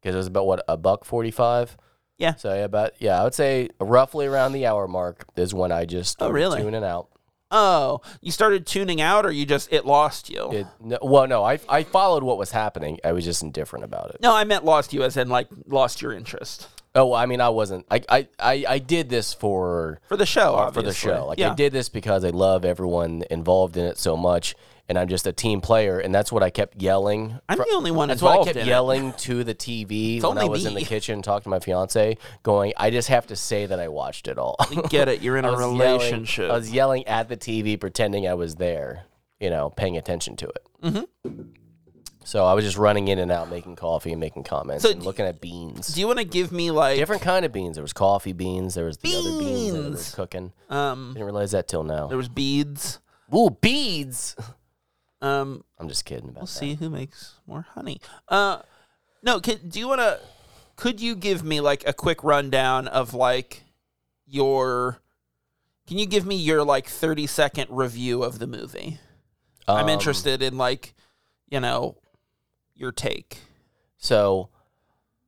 Speaker 2: because it was about what a buck forty five.
Speaker 1: Yeah.
Speaker 2: So yeah, about yeah, I would say roughly around the hour mark is when I just
Speaker 1: Oh,
Speaker 2: started
Speaker 1: really?
Speaker 2: tuning out.
Speaker 1: Oh, you started tuning out, or you just it lost you?
Speaker 2: It, no, well, no, I I followed what was happening. I was just indifferent about it.
Speaker 1: no, I meant lost you, as in like lost your interest
Speaker 2: Oh, I mean, I wasn't. I I I, I did this for
Speaker 1: for the show.
Speaker 2: Uh, for the
Speaker 1: obviously.
Speaker 2: show. Like
Speaker 1: yeah.
Speaker 2: I did this because I love everyone involved in it so much, and I'm just a team player, and that's what I kept yelling.
Speaker 1: I'm
Speaker 2: fr-
Speaker 1: the only one
Speaker 2: That's why I
Speaker 1: involved
Speaker 2: kept
Speaker 1: in it.
Speaker 2: yelling to the TV when I
Speaker 1: only
Speaker 2: was in
Speaker 1: me.
Speaker 2: the kitchen talking to my fiance, going, "I just have to say that I watched it all."
Speaker 1: Get it? You're in
Speaker 2: I
Speaker 1: a
Speaker 2: was yelling-
Speaker 1: relationship.
Speaker 2: I was yelling at the TV, pretending I was there, you know, paying attention to it. Mm-hmm. So I was just running in and out, making coffee and making comments
Speaker 1: So
Speaker 2: and
Speaker 1: d-
Speaker 2: looking at beans.
Speaker 1: Do you want to give me like
Speaker 2: Different kind of beans. There was coffee beans. There was the other beans that I
Speaker 1: Beans.
Speaker 2: was cooking.
Speaker 1: um?
Speaker 2: Didn't realize that till now.
Speaker 1: There was beads.
Speaker 2: Ooh, beads.
Speaker 1: Um,
Speaker 2: I'm just kidding about
Speaker 1: we'll
Speaker 2: that.
Speaker 1: see who makes more honey. Uh, no. Could, do you want to? Could you give me like a quick rundown of like your? Can you give me your like thirty second review of the movie? I'm
Speaker 2: Um,
Speaker 1: interested in like, you know, your take.
Speaker 2: So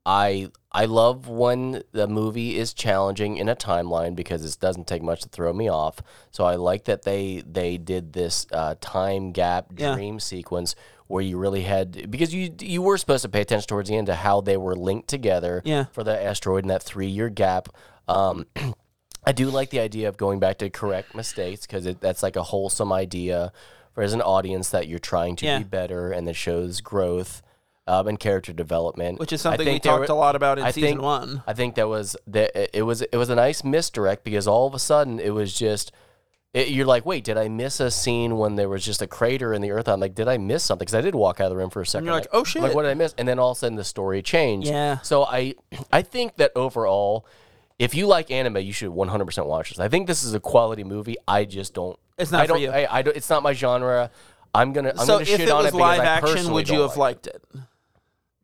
Speaker 2: I I love when the movie is challenging in a timeline because it doesn't take much to throw me off. So I like that they they did this uh, time gap
Speaker 1: Yeah.
Speaker 2: dream sequence where you really had because you you were supposed to pay attention towards the end to how they were linked together
Speaker 1: Yeah.
Speaker 2: for the asteroid and that three year gap. Um, I do like the idea of going back to correct mistakes because that's like a wholesome idea for as an audience that you're trying to
Speaker 1: Yeah.
Speaker 2: be better and that shows growth um, and character development,
Speaker 1: Which is
Speaker 2: I
Speaker 1: something we
Speaker 2: think there
Speaker 1: talked
Speaker 2: were-
Speaker 1: a lot about in
Speaker 2: I
Speaker 1: season
Speaker 2: think-
Speaker 1: one.
Speaker 2: I think that was that it was it was a nice misdirect because all of a sudden it was just. It, you're like, wait, did I miss a scene when there was just a crater in the earth? I'm like, did I miss something? Because I did walk out of the room for a second.
Speaker 1: you're like, oh, shit.
Speaker 2: Like, what did I miss? And then all of a sudden the story changed.
Speaker 1: Yeah.
Speaker 2: So I, I think that overall, if you like anime, you should 100% watch this. I think this is a quality movie. I just don't.
Speaker 1: It's not
Speaker 2: I
Speaker 1: for
Speaker 2: don't,
Speaker 1: you.
Speaker 2: I, I don't, it's not my genre. I'm gonna. I'm
Speaker 1: so
Speaker 2: gonna
Speaker 1: if
Speaker 2: shit
Speaker 1: it
Speaker 2: on
Speaker 1: was
Speaker 2: it because
Speaker 1: live
Speaker 2: I
Speaker 1: action,
Speaker 2: personally
Speaker 1: would you
Speaker 2: don't
Speaker 1: have liked
Speaker 2: like
Speaker 1: it?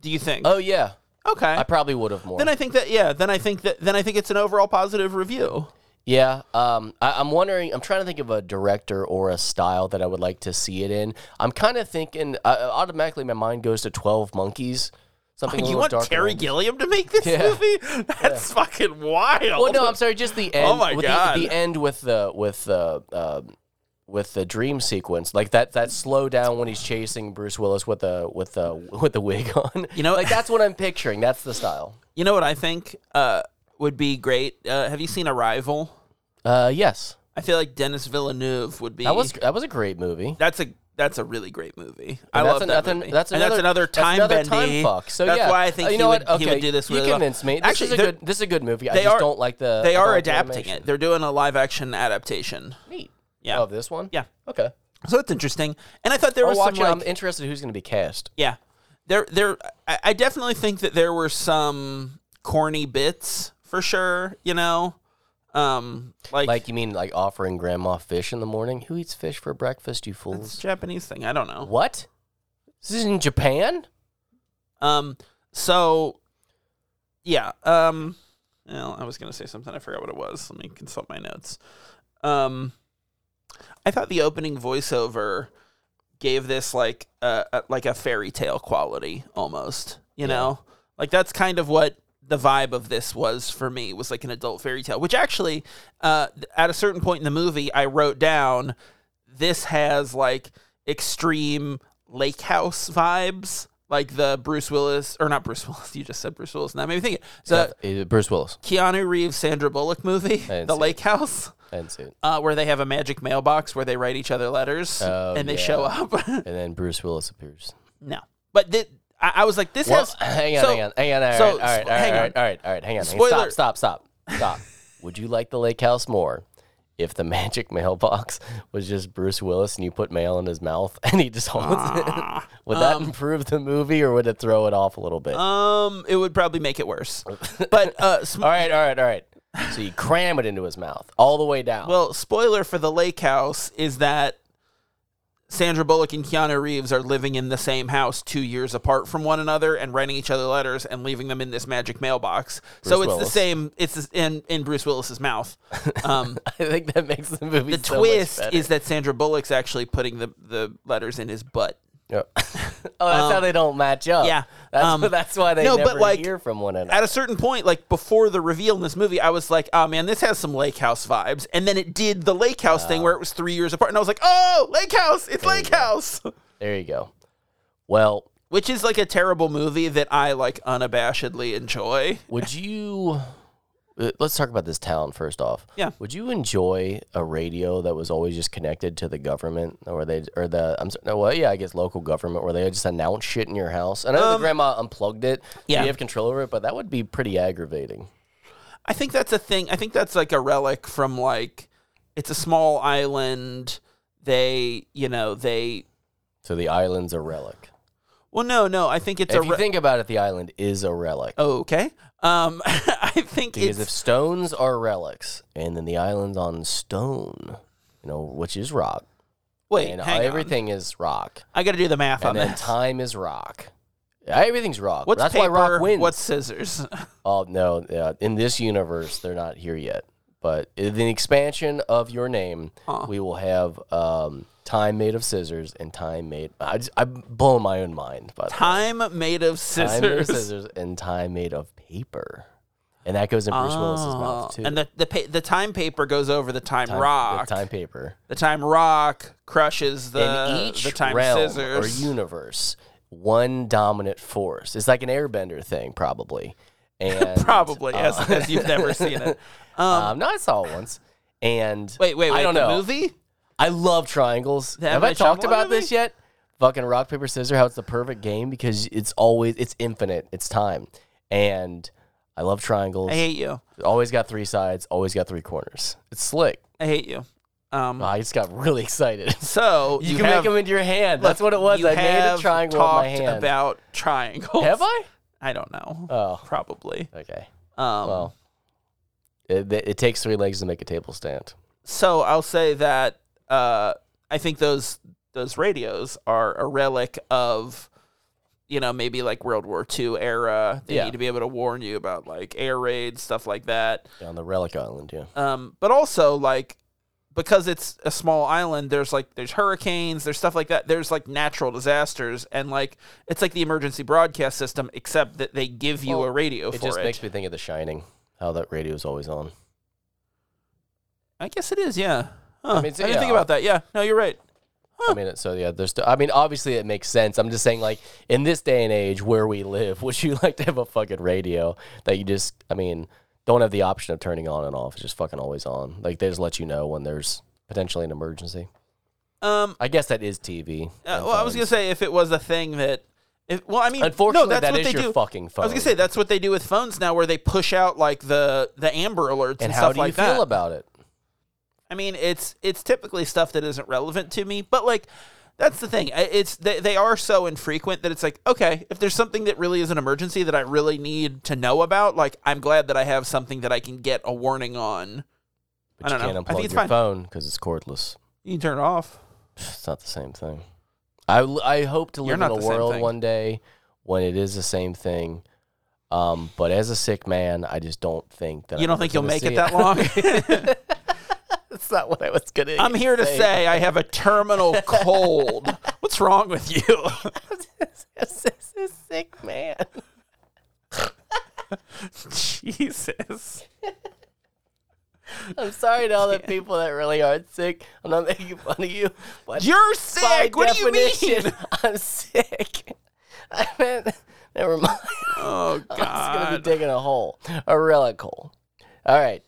Speaker 1: Do you think?
Speaker 2: it. Oh yeah,
Speaker 1: okay.
Speaker 2: I probably would have more.
Speaker 1: then I think that yeah, then I think that then I think it's an overall positive review.
Speaker 2: Yeah, um, I, I'm wondering. I'm trying to think of a director or a style that I would like to see it in. I'm kind of thinking. I, I- automatically, my mind goes to Twelve Monkeys. Something. a
Speaker 1: you
Speaker 2: little
Speaker 1: want
Speaker 2: darker.
Speaker 1: Terry Gilliam to make this
Speaker 2: Yeah.
Speaker 1: movie? That's fucking wild.
Speaker 2: Well, no, I'm sorry. Just the end.
Speaker 1: Oh my
Speaker 2: with
Speaker 1: God.
Speaker 2: The, the end with the with the um with the dream sequence, like that that slow down when he's chasing Bruce Willis with the with the with the wig on.
Speaker 1: You know-
Speaker 2: like that's what I'm picturing. That's the style.
Speaker 1: You know what I think uh, would be great? Uh, have you seen Arrival?
Speaker 2: Uh, yes,
Speaker 1: I feel like Dennis Villeneuve would be.
Speaker 2: that was that was a great movie.
Speaker 1: that's a that's a really great movie. I
Speaker 2: And
Speaker 1: love
Speaker 2: an-
Speaker 1: that
Speaker 2: an-
Speaker 1: movie.
Speaker 2: that's
Speaker 1: and that's
Speaker 2: another-
Speaker 1: another
Speaker 2: that's
Speaker 1: time
Speaker 2: another time
Speaker 1: bendy.
Speaker 2: fuck. So
Speaker 1: that's
Speaker 2: yeah.
Speaker 1: why I think
Speaker 2: Uh, you
Speaker 1: he,
Speaker 2: know
Speaker 1: would,
Speaker 2: what?
Speaker 1: he
Speaker 2: Okay,
Speaker 1: would do this. Really
Speaker 2: you
Speaker 1: well.
Speaker 2: convinced me. This
Speaker 1: Actually,
Speaker 2: is a
Speaker 1: they're-
Speaker 2: good. This is a good movie. I
Speaker 1: they
Speaker 2: just
Speaker 1: are-
Speaker 2: don't like the.
Speaker 1: They
Speaker 2: the
Speaker 1: are
Speaker 2: dog
Speaker 1: adapting
Speaker 2: animation.
Speaker 1: it. They're doing a live action adaptation.
Speaker 2: Neat.
Speaker 1: Yeah.
Speaker 2: Of this one.
Speaker 1: Yeah.
Speaker 2: Okay.
Speaker 1: So that's interesting. And I thought there
Speaker 2: I'll
Speaker 1: was some
Speaker 2: watch it.
Speaker 1: like,
Speaker 2: I'm interested who's going to be cast.
Speaker 1: yeah, there there. I, I definitely think that there were some corny bits for sure. You know, um, like,
Speaker 2: Like you mean like offering grandma fish in the morning? Who eats fish for breakfast, you
Speaker 1: it's a
Speaker 2: fools?
Speaker 1: Japanese thing. I don't know.
Speaker 2: What? This is in Japan?
Speaker 1: Um, so yeah. Um, well, I was gonna say something. I forgot what it was. Let me consult my notes. Um, I thought the opening voiceover gave this like uh, a like a fairy tale quality almost. You know, like that's kind of what the vibe of this was for me was like an adult fairy tale. Which actually, uh, th- at a certain point in the movie, I wrote down this has like extreme lake house vibes. Like the Bruce Willis, or not Bruce Willis, you just said Bruce Willis. Now maybe think the
Speaker 2: Uh, Bruce Willis.
Speaker 1: Keanu Reeves, Sandra Bullock movie,
Speaker 2: didn't
Speaker 1: The
Speaker 2: see
Speaker 1: Lake House,
Speaker 2: I didn't see it.
Speaker 1: uh, where they have a magic mailbox where they write each other letters
Speaker 2: Oh,
Speaker 1: and they
Speaker 2: yeah.
Speaker 1: show up.
Speaker 2: And then Bruce Willis appears.
Speaker 1: no, but thi- I, I was like, this
Speaker 2: Well,
Speaker 1: has
Speaker 2: hang on,
Speaker 1: so-
Speaker 2: hang on, hang on, all right,
Speaker 1: so,
Speaker 2: all right,
Speaker 1: spo-
Speaker 2: all right,
Speaker 1: hang
Speaker 2: all
Speaker 1: on.
Speaker 2: right, all right, all right, hang on. hang-
Speaker 1: Spoiler-
Speaker 2: Stop, stop, stop, stop. Would you like the lake house more if the magic mailbox was just Bruce Willis and you put mail in his mouth and he just holds
Speaker 1: Ah,
Speaker 2: it? Would that improve the movie or would it throw it off a little bit?
Speaker 1: Um, it would probably make it worse. But uh, sm-
Speaker 2: all right, all right, all right. So you cram it into his mouth all the way down.
Speaker 1: well, spoiler for the Lake House is that Sandra Bullock and Keanu Reeves are living in the same house, two years apart from one another, and writing each other letters and leaving them in this magic mailbox. so it's the
Speaker 2: Willis.
Speaker 1: same. It's in in Bruce Willis's mouth. Um,
Speaker 2: I think that makes the movie
Speaker 1: the
Speaker 2: so much
Speaker 1: twist
Speaker 2: better.
Speaker 1: is that Sandra Bullock's actually putting the the letters in his butt.
Speaker 2: Yeah. oh, that's how they don't match up.
Speaker 1: Um, yeah,
Speaker 2: that's,
Speaker 1: um,
Speaker 2: that's why they
Speaker 1: no, but,
Speaker 2: never
Speaker 1: like,
Speaker 2: hear from one another.
Speaker 1: at a certain point, like before the reveal in this movie, I was like, oh man, this has some lake house vibes. And then it did the lake house thing where it was three years apart. And I was like, oh, lake house, it's lake house.
Speaker 2: There you go. Well,
Speaker 1: Which is like a terrible movie that I like unabashedly enjoy.
Speaker 2: would you? uh, Let's talk about this town first off.
Speaker 1: Yeah.
Speaker 2: Would you enjoy a radio that was always just connected to the government, or they, or the? I'm sorry. No, well, yeah, I guess local government, where they just announce shit in your house. I know the grandma unplugged it. so
Speaker 1: Um, yeah.
Speaker 2: You have control over it, but that would be pretty aggravating.
Speaker 1: I think that's a thing. I think that's like a relic from like, it's a small island. They, you know, they.
Speaker 2: So the island's a relic.
Speaker 1: Well, no, no. I think it's
Speaker 2: If
Speaker 1: a.
Speaker 2: you
Speaker 1: re- Oh,
Speaker 2: think about it, the island is a relic.
Speaker 1: okay. Um, I think
Speaker 2: Because if
Speaker 1: it's.
Speaker 2: stones are relics, and then the island's on stone, you know, which is rock,
Speaker 1: Wait,
Speaker 2: and uh,
Speaker 1: hang on.
Speaker 2: everything is rock,
Speaker 1: I got to do the math on
Speaker 2: and then
Speaker 1: this.
Speaker 2: time is rock. Everything's rock.
Speaker 1: What's
Speaker 2: That's
Speaker 1: paper?
Speaker 2: why rock wins.
Speaker 1: What's scissors?
Speaker 2: oh no! Uh, in this universe, they're not here yet. But in the expansion of your name, we will have um, time made of scissors and time made. I just, I'm blowing my own mind. But
Speaker 1: Time made of
Speaker 2: time made of
Speaker 1: scissors.
Speaker 2: scissors and time made of paper, and that goes in Bruce Willis's mouth too.
Speaker 1: Ah, Oh. And the the, pa- the time paper goes over the time,
Speaker 2: Time- the
Speaker 1: rock. The time,
Speaker 2: time paper.
Speaker 1: rock crushes the
Speaker 2: in each
Speaker 1: Uh, the time
Speaker 2: realm
Speaker 1: scissors.
Speaker 2: or universe, one dominant force. It's like an airbender thing, probably. And
Speaker 1: Probably
Speaker 2: uh,
Speaker 1: as, as you've never seen it.
Speaker 2: um, no, I saw it once. And
Speaker 1: Wait, wait, wait.
Speaker 2: I don't
Speaker 1: the
Speaker 2: know.
Speaker 1: movie?
Speaker 2: I love triangles.
Speaker 1: The
Speaker 2: Have
Speaker 1: M.
Speaker 2: I
Speaker 1: Night
Speaker 2: talked
Speaker 1: Shyamalan
Speaker 2: about this
Speaker 1: movie?
Speaker 2: yet? Fucking rock paper scissors. How it's the perfect game because it's always it's infinite. It's time, and I love triangles.
Speaker 1: I hate you.
Speaker 2: always got three sides. Always got three corners. It's slick.
Speaker 1: I hate you. Um.
Speaker 2: I just got really excited.
Speaker 1: so
Speaker 2: You,
Speaker 1: you,
Speaker 2: can
Speaker 1: have,
Speaker 2: make them into your hand. That's what it was.
Speaker 1: You
Speaker 2: I made a
Speaker 1: have
Speaker 2: triangle with
Speaker 1: talked
Speaker 2: my hand.
Speaker 1: about triangles.
Speaker 2: Have I?
Speaker 1: I don't know.
Speaker 2: Oh,
Speaker 1: Probably.
Speaker 2: okay.
Speaker 1: Um,
Speaker 2: Well, it, th- it takes three legs to make a table stand.
Speaker 1: so I'll say that uh, I think those those radios are a relic of you know maybe like World War II era. They
Speaker 2: Yeah.
Speaker 1: need to be able to warn you about like air raids stuff like that.
Speaker 2: On the relic island, yeah.
Speaker 1: Um, but also like because it's a small island, there's like there's hurricanes, there's stuff like that. There's like natural disasters, and like it's like the emergency broadcast system, except that they give you
Speaker 2: Well,
Speaker 1: a radio
Speaker 2: It
Speaker 1: for
Speaker 2: just
Speaker 1: it.
Speaker 2: makes me think of The Shining, how that radio is always on.
Speaker 1: I guess it is, yeah. Huh, I,
Speaker 2: mean, so,
Speaker 1: didn't
Speaker 2: yeah.
Speaker 1: think about that. Yeah, no, you're right.
Speaker 2: I mean, so yeah, there's. St- I mean, obviously it makes sense. I'm just saying, like in this day and age where we live, would you like to have a fucking radio that you just? I mean, don't have the option of turning on and off. It's just fucking always on. Like they just let you know when there's potentially an emergency.
Speaker 1: Um,
Speaker 2: I guess that is TV.
Speaker 1: uh, well, I was gonna say if it was a thing that, if well, I mean,
Speaker 2: Unfortunately,
Speaker 1: no, that's
Speaker 2: that
Speaker 1: what
Speaker 2: is
Speaker 1: they
Speaker 2: your
Speaker 1: do.
Speaker 2: fucking phone.
Speaker 1: I was gonna say that's what they do with phones now, where they push out like the the Amber Alerts and,
Speaker 2: and how
Speaker 1: stuff
Speaker 2: do you
Speaker 1: like
Speaker 2: feel
Speaker 1: that.
Speaker 2: about it?
Speaker 1: I mean, it's it's typically stuff that isn't relevant to me, but like that's the thing. I- It's they, they are so infrequent that it's like okay, if there's something that really is an emergency that I really need to know about, like I'm glad that I have something that I can get a warning on.
Speaker 2: But
Speaker 1: I
Speaker 2: you
Speaker 1: don't know.
Speaker 2: can't
Speaker 1: I
Speaker 2: unplug
Speaker 1: think it's
Speaker 2: your
Speaker 1: fine.
Speaker 2: phone because it's cordless.
Speaker 1: You can turn it off.
Speaker 2: It's not the same thing. I, l- I hope to
Speaker 1: You're
Speaker 2: live in
Speaker 1: not
Speaker 2: a
Speaker 1: the same
Speaker 2: world
Speaker 1: thing.
Speaker 2: one day when it is the same thing. Um, but as a sick man, I just don't think that
Speaker 1: You
Speaker 2: I'm
Speaker 1: don't
Speaker 2: ever
Speaker 1: think you'll
Speaker 2: gonna
Speaker 1: make
Speaker 2: see
Speaker 1: it that long?
Speaker 2: That's not what I was gonna.
Speaker 1: I'm here to say I have a terminal cold. What's wrong with you?
Speaker 2: this is a sick man.
Speaker 1: Jesus.
Speaker 2: I'm sorry to all the people that really aren't sick. I'm not making fun of you. But
Speaker 1: You're
Speaker 2: by
Speaker 1: sick. What do you mean?
Speaker 2: definition, I'm sick. I meant. Never mind.
Speaker 1: Oh
Speaker 2: It's gonna be
Speaker 1: god.
Speaker 2: digging a hole, a relic hole. All right.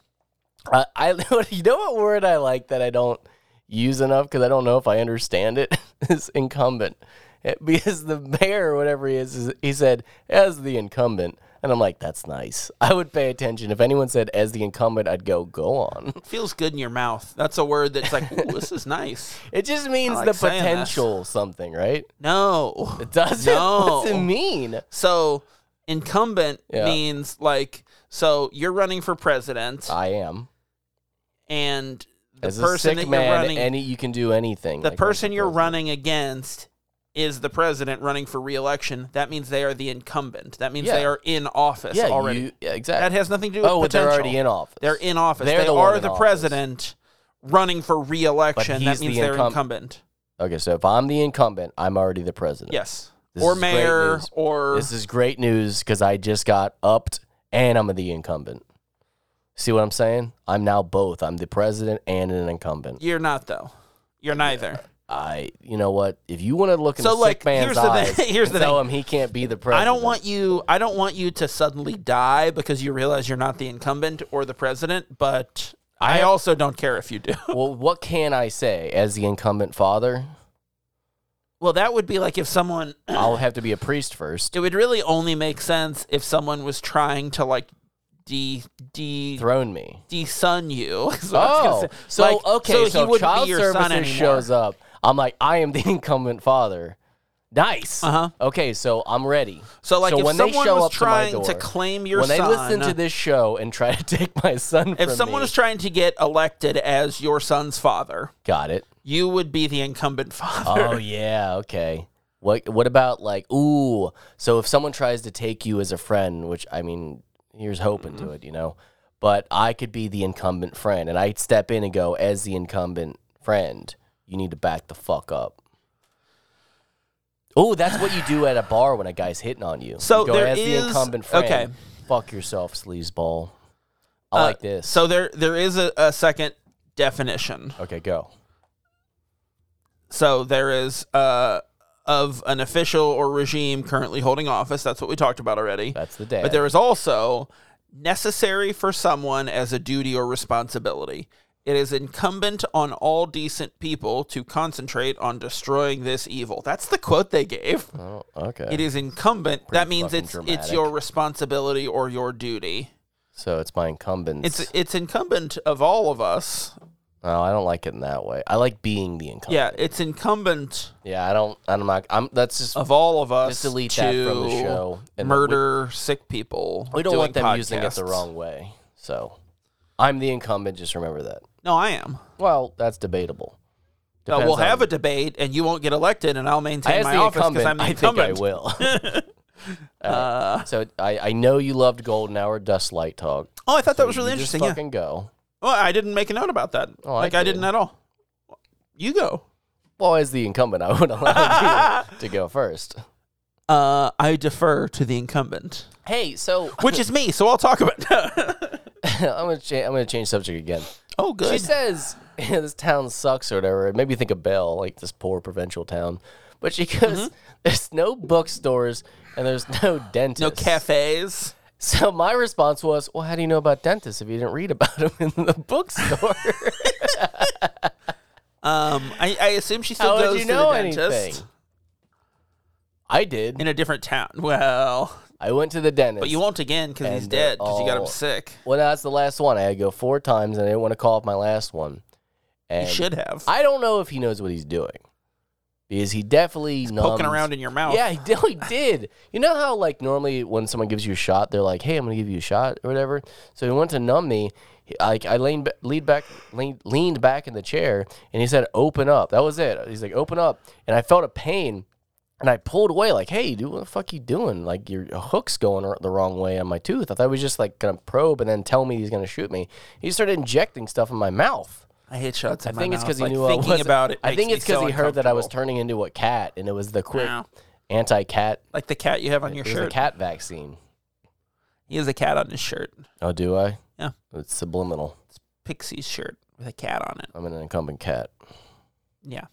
Speaker 2: Uh, I you know what word I like that I don't use enough because I don't know if I understand it is incumbent, It- because the mayor or whatever he is, is he said as the incumbent, and I'm like that's nice. I would pay attention if anyone said as the incumbent, I'd go go on.
Speaker 1: Feels good in your mouth. That's a word that's like, ooh, this is nice.
Speaker 2: It just means
Speaker 1: like
Speaker 2: the
Speaker 1: saying this.
Speaker 2: potential something, right?
Speaker 1: No.
Speaker 2: It doesn't. What's it
Speaker 1: No.
Speaker 2: mean?
Speaker 1: So incumbent
Speaker 2: Yeah.
Speaker 1: means like so you're running for president
Speaker 2: I am.
Speaker 1: and the
Speaker 2: Uh, As a
Speaker 1: person
Speaker 2: sick
Speaker 1: that
Speaker 2: man,
Speaker 1: you're running
Speaker 2: any you can do anything.
Speaker 1: the
Speaker 2: like once
Speaker 1: person
Speaker 2: a
Speaker 1: you're
Speaker 2: president.
Speaker 1: running against is the president running for reelection. That means they are the incumbent. That means
Speaker 2: Yeah.
Speaker 1: they are in office
Speaker 2: Yeah,
Speaker 1: already.
Speaker 2: you- yeah, exactly.
Speaker 1: that has nothing to do with
Speaker 2: Oh, but
Speaker 1: potential.
Speaker 2: they're already in office.
Speaker 1: They're in office.
Speaker 2: They're
Speaker 1: They
Speaker 2: the one
Speaker 1: are
Speaker 2: in
Speaker 1: the
Speaker 2: office.
Speaker 1: president running for reelection.
Speaker 2: he's
Speaker 1: That means
Speaker 2: the
Speaker 1: they're
Speaker 2: incum-
Speaker 1: incumbent.
Speaker 2: Okay, so if I'm the incumbent, I'm already the president.
Speaker 1: Yes.
Speaker 2: This
Speaker 1: or
Speaker 2: is great
Speaker 1: mayor
Speaker 2: news.
Speaker 1: or
Speaker 2: This is great news because I just got upped and I'm the incumbent. See what I'm saying? I'm now both. I'm the president and an incumbent.
Speaker 1: you're not though. You're neither.
Speaker 2: I, you know what? If you want to look in
Speaker 1: So,
Speaker 2: a sick
Speaker 1: like,
Speaker 2: man's
Speaker 1: here's the
Speaker 2: eyes,
Speaker 1: thing- here's
Speaker 2: and
Speaker 1: the
Speaker 2: tell
Speaker 1: thing.
Speaker 2: him he can't be the
Speaker 1: I
Speaker 2: president.
Speaker 1: don't want you I don't want you to suddenly die because you realize you're not the incumbent or the president, but I, also don't care if you do.
Speaker 2: Well, what can I say as the incumbent father?
Speaker 1: well, that would be like if someone
Speaker 2: I'll have to be a priest first.
Speaker 1: it would really only make sense if someone was trying to like de de
Speaker 2: Throne me.
Speaker 1: de-son you. Is what I was
Speaker 2: Oh,
Speaker 1: gonna say.
Speaker 2: so
Speaker 1: Like,
Speaker 2: okay,
Speaker 1: so
Speaker 2: so,
Speaker 1: he wouldn't
Speaker 2: child
Speaker 1: be your son
Speaker 2: services
Speaker 1: anymore.
Speaker 2: shows up. I'm like, I am the incumbent father. Nice.
Speaker 1: Uh-huh.
Speaker 2: Okay, so I'm ready.
Speaker 1: So, like, if
Speaker 2: when
Speaker 1: someone
Speaker 2: they show
Speaker 1: was
Speaker 2: up to my
Speaker 1: trying to
Speaker 2: door,
Speaker 1: claim your
Speaker 2: when they listen
Speaker 1: son-
Speaker 2: to this show and try to take my son,
Speaker 1: if
Speaker 2: from
Speaker 1: someone
Speaker 2: me,
Speaker 1: was trying to get elected as your son's father,
Speaker 2: got it.
Speaker 1: you would be the incumbent father.
Speaker 2: Oh yeah, okay. What what about like ooh? So if someone tries to take you as a friend, which I mean, here's hoping
Speaker 1: Mm-hmm.
Speaker 2: to it, you know. But I could be the incumbent friend, and I'd step in and go as the incumbent friend. You need to back the fuck up. Oh, that's what you do at a bar when a guy's hitting on you.
Speaker 1: So
Speaker 2: you go
Speaker 1: there
Speaker 2: as
Speaker 1: is-
Speaker 2: the incumbent friend.
Speaker 1: okay.
Speaker 2: Fuck yourself, sleazeball. I
Speaker 1: Uh,
Speaker 2: like this.
Speaker 1: So there there is a, a second definition.
Speaker 2: okay, go.
Speaker 1: So there is uh of an official or regime currently holding office. That's what we talked about already.
Speaker 2: That's the day.
Speaker 1: But there is also necessary for someone as a duty or responsibility. It is incumbent on all decent people to concentrate on destroying this evil. That's the quote they gave.
Speaker 2: oh, okay.
Speaker 1: It is incumbent. that means
Speaker 2: fucking
Speaker 1: it's it's
Speaker 2: dramatic.
Speaker 1: your responsibility or your duty.
Speaker 2: so it's my incumbent.
Speaker 1: It's it's incumbent of all of us.
Speaker 2: No, Oh, I don't like it in that way. I like being the incumbent.
Speaker 1: Yeah, it's incumbent
Speaker 2: Yeah, I don't. I'm not. I'm. That's just.
Speaker 1: of all of us
Speaker 2: Just delete
Speaker 1: to
Speaker 2: that from the show. And
Speaker 1: murder sick people.
Speaker 2: we don't
Speaker 1: doing
Speaker 2: want them using it the
Speaker 1: podcasts.
Speaker 2: wrong way. So, I'm the incumbent. Just remember that.
Speaker 1: No, I am.
Speaker 2: Well, that's debatable.
Speaker 1: No, Uh, we'll
Speaker 2: Depends on-
Speaker 1: have a debate, and you won't get elected, and I'll maintain
Speaker 2: As
Speaker 1: my
Speaker 2: the
Speaker 1: office because
Speaker 2: incumbent,
Speaker 1: I'm the
Speaker 2: I think
Speaker 1: incumbent. Uh,
Speaker 2: I will. All right. so I, I know you loved Golden Hour Dust Light Talk.
Speaker 1: Oh, I thought that was
Speaker 2: You
Speaker 1: really
Speaker 2: just
Speaker 1: interesting. Yeah.
Speaker 2: Fucking go.
Speaker 1: Well, I didn't make a note about that.
Speaker 2: Oh, I
Speaker 1: like I, didn't
Speaker 2: did.
Speaker 1: at all. You go.
Speaker 2: Well, as the incumbent, I would allow you to go first.
Speaker 1: Uh, I defer to the incumbent,
Speaker 2: Hey, so
Speaker 1: which is me. So I'll talk about.
Speaker 2: I'm gonna cha- I'm gonna change subject again.
Speaker 1: oh,
Speaker 2: She
Speaker 1: good.
Speaker 2: says yeah, this town sucks or whatever. It made me think of Bell, like this poor provincial town. But she goes,
Speaker 1: Mm-hmm.
Speaker 2: there's no bookstores and there's no dentists.
Speaker 1: No cafes.
Speaker 2: So my response was, well, how do you know about dentists if you didn't read about them in the bookstore?
Speaker 1: Um, I, I assume she still
Speaker 2: how
Speaker 1: goes
Speaker 2: would you
Speaker 1: to
Speaker 2: know
Speaker 1: the dentist
Speaker 2: anything? I did.
Speaker 1: in a different town. Well,
Speaker 2: I went to the dentist.
Speaker 1: but you won't again because he's
Speaker 2: And they're
Speaker 1: dead because you got him
Speaker 2: all-
Speaker 1: sick.
Speaker 2: Well, that's the last one. I had to go four times, and I didn't want to call off my last one.
Speaker 1: You
Speaker 2: And
Speaker 1: should have.
Speaker 2: I don't know if he knows what he's doing, because he definitely numbs.
Speaker 1: Poking around in your mouth.
Speaker 2: Yeah, he did. He did. You know how like normally when someone gives you a shot, they're like, "Hey, I'm gonna give you a shot" or whatever. So he went to numb me. He- Like I leaned ba- leaned back leaned, leaned back in the chair, and he said, "Open up." That was it. He's like, "Open up," and I felt a pain. And I pulled away, like, "Hey, dude, what the fuck you doing? Like, your hook's going r- the wrong way on my tooth." I thought he was just like gonna probe and then tell me he's gonna shoot me. He started injecting stuff in my mouth.
Speaker 1: I hate shots in
Speaker 2: I
Speaker 1: my
Speaker 2: think it's
Speaker 1: mouth.
Speaker 2: because he
Speaker 1: like,
Speaker 2: knew I
Speaker 1: thinking
Speaker 2: wasn't-
Speaker 1: about it.
Speaker 2: I think it's
Speaker 1: makes me
Speaker 2: because
Speaker 1: so
Speaker 2: he heard that I was
Speaker 1: uncomfortable.
Speaker 2: turning into a cat, and it was the quick
Speaker 1: Wow.
Speaker 2: anti-cat
Speaker 1: like the cat you have on your
Speaker 2: there's
Speaker 1: shirt.
Speaker 2: a cat vaccine.
Speaker 1: He has a cat on his shirt.
Speaker 2: Oh, do I?
Speaker 1: Yeah.
Speaker 2: It's subliminal.
Speaker 1: Pixie's shirt with a cat on it.
Speaker 2: I'm an incumbent cat.
Speaker 1: Yeah.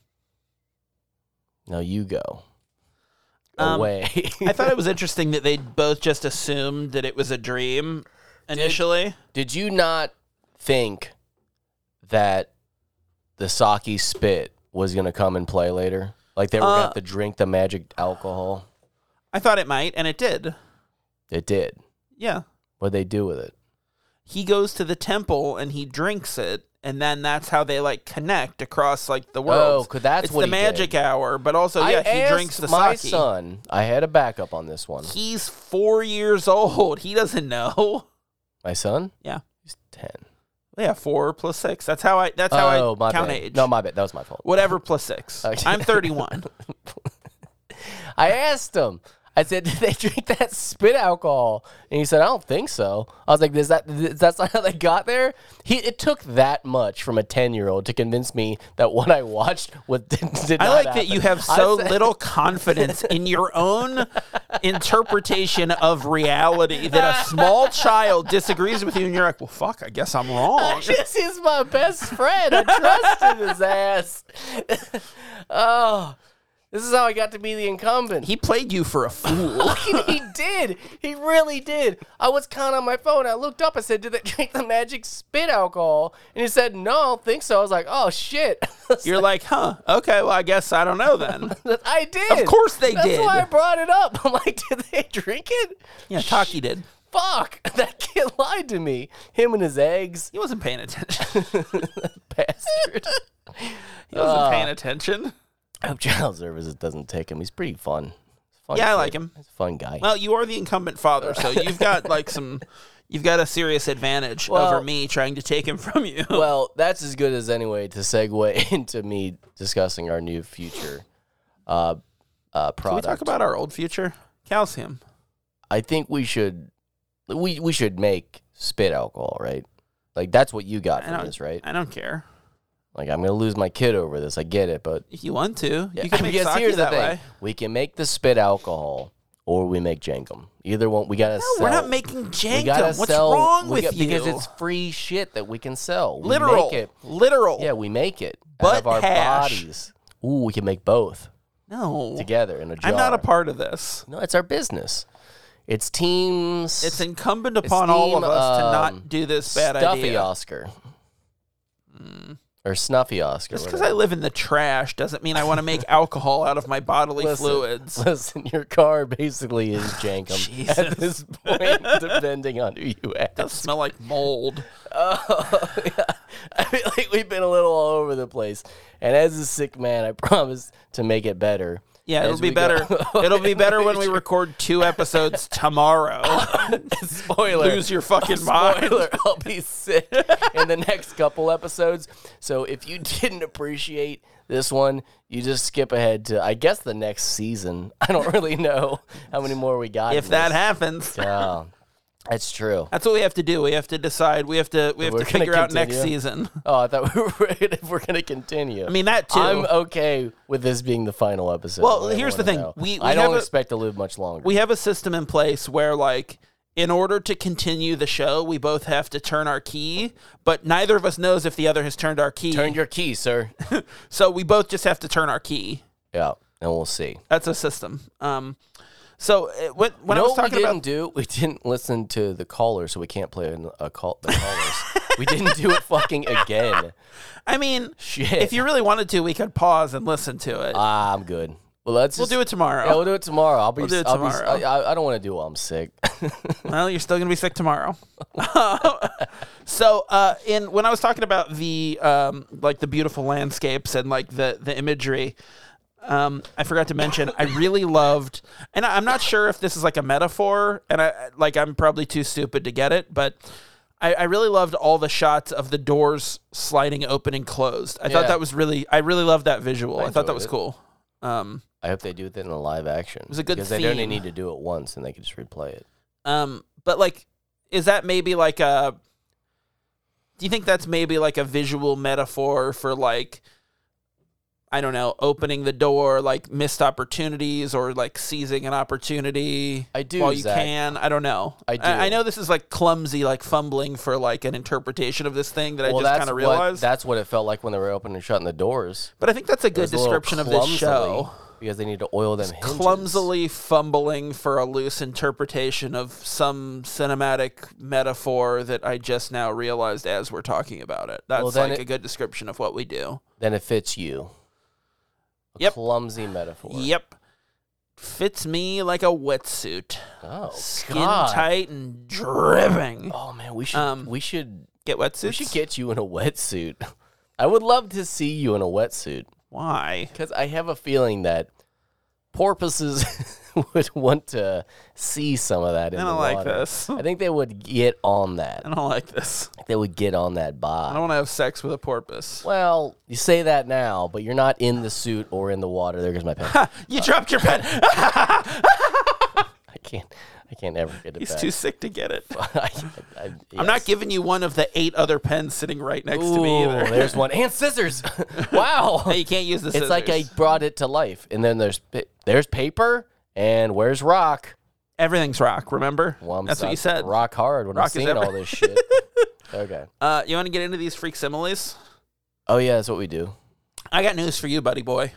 Speaker 2: Now you go
Speaker 1: Um,
Speaker 2: away.
Speaker 1: I thought it was interesting that they both just assumed that it was a dream initially.
Speaker 2: Did you not think that the sake spit was gonna come and play later? Like they were
Speaker 1: Uh,
Speaker 2: gonna have to drink the magic alcohol.
Speaker 1: I thought it might, and it did.
Speaker 2: It did.
Speaker 1: Yeah.
Speaker 2: What would they do with it?
Speaker 1: He goes to the temple and he drinks it, and then that's how they like connect across like the world.
Speaker 2: Oh, 'cause that's
Speaker 1: it's
Speaker 2: what
Speaker 1: the
Speaker 2: he
Speaker 1: magic
Speaker 2: did.
Speaker 1: hour, but also Oh, yeah,
Speaker 2: I
Speaker 1: he
Speaker 2: asked
Speaker 1: drinks the
Speaker 2: my
Speaker 1: sake.
Speaker 2: son. I had a backup on this one.
Speaker 1: He's four years old. He doesn't know.
Speaker 2: My son?
Speaker 1: Yeah.
Speaker 2: He's ten.
Speaker 1: Yeah, four plus six. That's how I. That's how
Speaker 2: oh,
Speaker 1: I
Speaker 2: my
Speaker 1: count
Speaker 2: bad.
Speaker 1: age.
Speaker 2: No, my bad. That was my fault.
Speaker 1: whatever plus six.
Speaker 2: Okay.
Speaker 1: I'm 31.
Speaker 2: I asked him. I said, "Did they drink that spit alcohol?" And he said, "I don't think so." I was like, "Is that is that's not how they got there?" He it took that much from a ten year old to convince me that what I watched was did, did
Speaker 1: I
Speaker 2: not
Speaker 1: like that you
Speaker 2: happen.
Speaker 1: have
Speaker 2: I
Speaker 1: so
Speaker 2: said-
Speaker 1: little confidence in your own interpretation of reality that a small child disagrees with you, and you're like, "Well, fuck, I guess I'm wrong."
Speaker 2: This is my best friend. I trusted his ass. oh, this is how I got to be the incumbent.
Speaker 1: He played you for a fool.
Speaker 2: he did. He really did. I was counting on my phone. I looked up. I said, "Did they drink the magic spit alcohol?" And he said, "No, I don't think so." I was like, "Oh shit!"
Speaker 1: You're like, "Huh? Okay, well, I guess I don't know then."
Speaker 2: I did.
Speaker 1: Of course they
Speaker 2: That's
Speaker 1: did.
Speaker 2: why I brought it up. I'm like, "Did they drink it?"
Speaker 1: Yeah, Taki did.
Speaker 2: Fuck! That kid lied to me. Him and his eggs,
Speaker 1: He wasn't paying attention.
Speaker 2: bastard.
Speaker 1: He wasn't
Speaker 2: Ah.
Speaker 1: paying attention.
Speaker 2: I hope child services doesn't take him. He's pretty fun. He's a fun
Speaker 1: Yeah, I
Speaker 2: kid.
Speaker 1: like him.
Speaker 2: He's a fun guy.
Speaker 1: Well, you are the incumbent father, so you've got like some, you've got a serious advantage
Speaker 2: Well-
Speaker 1: over me trying to take him from you.
Speaker 2: Well, that's as good as anyway to segue into me discussing our new future uh, uh,
Speaker 1: Can we
Speaker 2: product.
Speaker 1: talk about our old future? Calcium.
Speaker 2: I think we should we we should make spit alcohol, right? Like that's what you got
Speaker 1: I
Speaker 2: from
Speaker 1: don't,
Speaker 2: this, right?
Speaker 1: I don't care.
Speaker 2: Like I'm gonna lose my kid over this. I get it, but
Speaker 1: If you want to, you can make
Speaker 2: Because
Speaker 1: sake
Speaker 2: here's the
Speaker 1: that
Speaker 2: thing.
Speaker 1: way.
Speaker 2: we can make the spit alcohol, or we make jankum. Either one, we gotta sell.
Speaker 1: We're not making
Speaker 2: we gotta
Speaker 1: jankum. What's
Speaker 2: sell-
Speaker 1: wrong
Speaker 2: we
Speaker 1: with
Speaker 2: got-
Speaker 1: you?
Speaker 2: Because it's free shit that we can sell. We
Speaker 1: literal.
Speaker 2: make it.
Speaker 1: Literal.
Speaker 2: Yeah, we make it out
Speaker 1: Butt
Speaker 2: of our
Speaker 1: hash.
Speaker 2: bodies. Ooh, we can make both
Speaker 1: No.
Speaker 2: together in a jar.
Speaker 1: I'm not a part of this.
Speaker 2: No, it's our business. It's teams.
Speaker 1: It's incumbent upon all of
Speaker 2: team,
Speaker 1: us to
Speaker 2: um,
Speaker 1: not do this bad
Speaker 2: stuffy
Speaker 1: idea.
Speaker 2: Oscar or snuffy Oscar.
Speaker 1: Just because I live in the trash doesn't mean I want to make alcohol out of my bodily fluids.
Speaker 2: Listen, your car basically is jankum at this point, depending on who you
Speaker 1: Does
Speaker 2: ask.
Speaker 1: smell like mold.
Speaker 2: Oh, yeah. I feel like we've been a little all over the place. And as a sick man, I promise to make it better.
Speaker 1: Yeah, it'll
Speaker 2: as
Speaker 1: be
Speaker 2: we go-
Speaker 1: better. it'll be better when we record two episodes tomorrow.
Speaker 2: Spoiler.
Speaker 1: Lose your fucking mind.
Speaker 2: spoiler, I'll be sick in the next couple episodes. So if you didn't appreciate this one, you just skip ahead to I guess the next season. I don't really know how many more we got.
Speaker 1: If that happens.
Speaker 2: happens, that's true.
Speaker 1: That's what we have to do. We have to decide. We have to. We have
Speaker 2: We're
Speaker 1: to
Speaker 2: gonna
Speaker 1: figure out next
Speaker 2: continue?
Speaker 1: season.
Speaker 2: Oh, I thought we were if we're gonna continue.
Speaker 1: I mean that too.
Speaker 2: I'm okay with this being the final episode.
Speaker 1: Well,
Speaker 2: I
Speaker 1: here's the
Speaker 2: wanna
Speaker 1: thing.
Speaker 2: know.
Speaker 1: We- we
Speaker 2: I don't
Speaker 1: have a-
Speaker 2: expect to live much longer.
Speaker 1: we have a system in place where like in order to continue the show, we both have to turn our key, but neither of us knows if the other has turned our key.
Speaker 2: Turn your key, sir.
Speaker 1: so we both just have to turn our key.
Speaker 2: yeah, and we'll see.
Speaker 1: That's a system. Um, so uh, when, when
Speaker 2: no,
Speaker 1: I was talking
Speaker 2: we didn't
Speaker 1: about
Speaker 2: do. We didn't listen to the caller, so we can't play an- a call. The callers. we didn't do it fucking again.
Speaker 1: I mean,
Speaker 2: Shit.
Speaker 1: if you really wanted to, we could pause and listen to it.
Speaker 2: Ah, I'm good. Well, let's.
Speaker 1: we'll
Speaker 2: just,
Speaker 1: do it tomorrow.
Speaker 2: Yeah, we'll do it tomorrow. I'll be.
Speaker 1: We'll do it
Speaker 2: I'll be-
Speaker 1: tomorrow.
Speaker 2: I, I- I don't want to do it while I'm sick.
Speaker 1: Well, you're still gonna be sick tomorrow. so, uh, in when I was talking about the um, like the beautiful landscapes and like the the imagery, um, I forgot to mention I really loved, and I, I'm not sure if this is like a metaphor, and I like I'm probably too stupid to get it, but. I, I really loved all the shots of the doors sliding open and closed. I thought
Speaker 2: Yeah.
Speaker 1: that was really, I really loved that visual. I, thought that
Speaker 2: enjoyed
Speaker 1: was
Speaker 2: it.
Speaker 1: cool. Um,
Speaker 2: I hope they do it in a live action. It
Speaker 1: was a good
Speaker 2: because they only
Speaker 1: theme.
Speaker 2: need to do it once, and they can just replay it.
Speaker 1: Um, but like, is that maybe like a? Do you think that's maybe like a visual metaphor for like, I don't know, opening the door, like missed opportunities, or like seizing an opportunity
Speaker 2: I do.
Speaker 1: while you
Speaker 2: Zach.
Speaker 1: can? I don't know.
Speaker 2: I do.
Speaker 1: I, know this is like clumsy, like fumbling for like an interpretation of this thing that I just
Speaker 2: that's
Speaker 1: kind of
Speaker 2: what-
Speaker 1: realized.
Speaker 2: that's what it felt like when they were opening and shutting the doors.
Speaker 1: but I think that's a
Speaker 2: It
Speaker 1: good
Speaker 2: was a little
Speaker 1: description of this
Speaker 2: clumsily,
Speaker 1: show.
Speaker 2: because they need to oil them hinges.
Speaker 1: clumsily fumbling for a loose interpretation of some cinematic metaphor that I just now realized as we're talking about it. That's
Speaker 2: Well, then
Speaker 1: like
Speaker 2: it-
Speaker 1: a good description of what we do.
Speaker 2: Then it fits you. A
Speaker 1: Yep.
Speaker 2: clumsy metaphor.
Speaker 1: Yep. Fits me like a wetsuit.
Speaker 2: Oh
Speaker 1: Skin
Speaker 2: God.
Speaker 1: tight and dripping.
Speaker 2: Oh man, we should
Speaker 1: Um,
Speaker 2: we should
Speaker 1: Get
Speaker 2: we
Speaker 1: wetsuits?
Speaker 2: should get you in a wetsuit. I would love to see you in a wetsuit
Speaker 1: Why?
Speaker 2: because I have a feeling that porpoises would want to see some of that in
Speaker 1: I
Speaker 2: the
Speaker 1: don't like
Speaker 2: water.
Speaker 1: this.
Speaker 2: I think they would get on that.
Speaker 1: I don't like this.
Speaker 2: They would get on that
Speaker 1: I
Speaker 2: vibe.
Speaker 1: don't want to have sex with a porpoise.
Speaker 2: Well, you say that now, but you're not in the suit or in the water. There goes my pen. I
Speaker 1: You dropped your pen.
Speaker 2: can't. I can't ever get it
Speaker 1: He's
Speaker 2: back.
Speaker 1: too sick to get it.
Speaker 2: I, I-
Speaker 1: I'm
Speaker 2: yes.
Speaker 1: not giving you one of the eight other pens sitting right next to me
Speaker 2: Ooh,
Speaker 1: either.
Speaker 2: There's one and scissors. wow,
Speaker 1: Hey, you can't use the
Speaker 2: it's like I
Speaker 1: scissors.
Speaker 2: brought it to life. And then there's pa- there's paper and where's rock?
Speaker 1: everything's rock. Remember,
Speaker 2: Well, I'm
Speaker 1: that's what
Speaker 2: sorry,
Speaker 1: you said.
Speaker 2: Rock hard when
Speaker 1: Rock
Speaker 2: I'm
Speaker 1: is
Speaker 2: seeing
Speaker 1: every-
Speaker 2: all this shit. okay.
Speaker 1: Uh, you want to get into these freak similes?
Speaker 2: Oh yeah, that's what we do.
Speaker 1: I got news for you, buddy boy.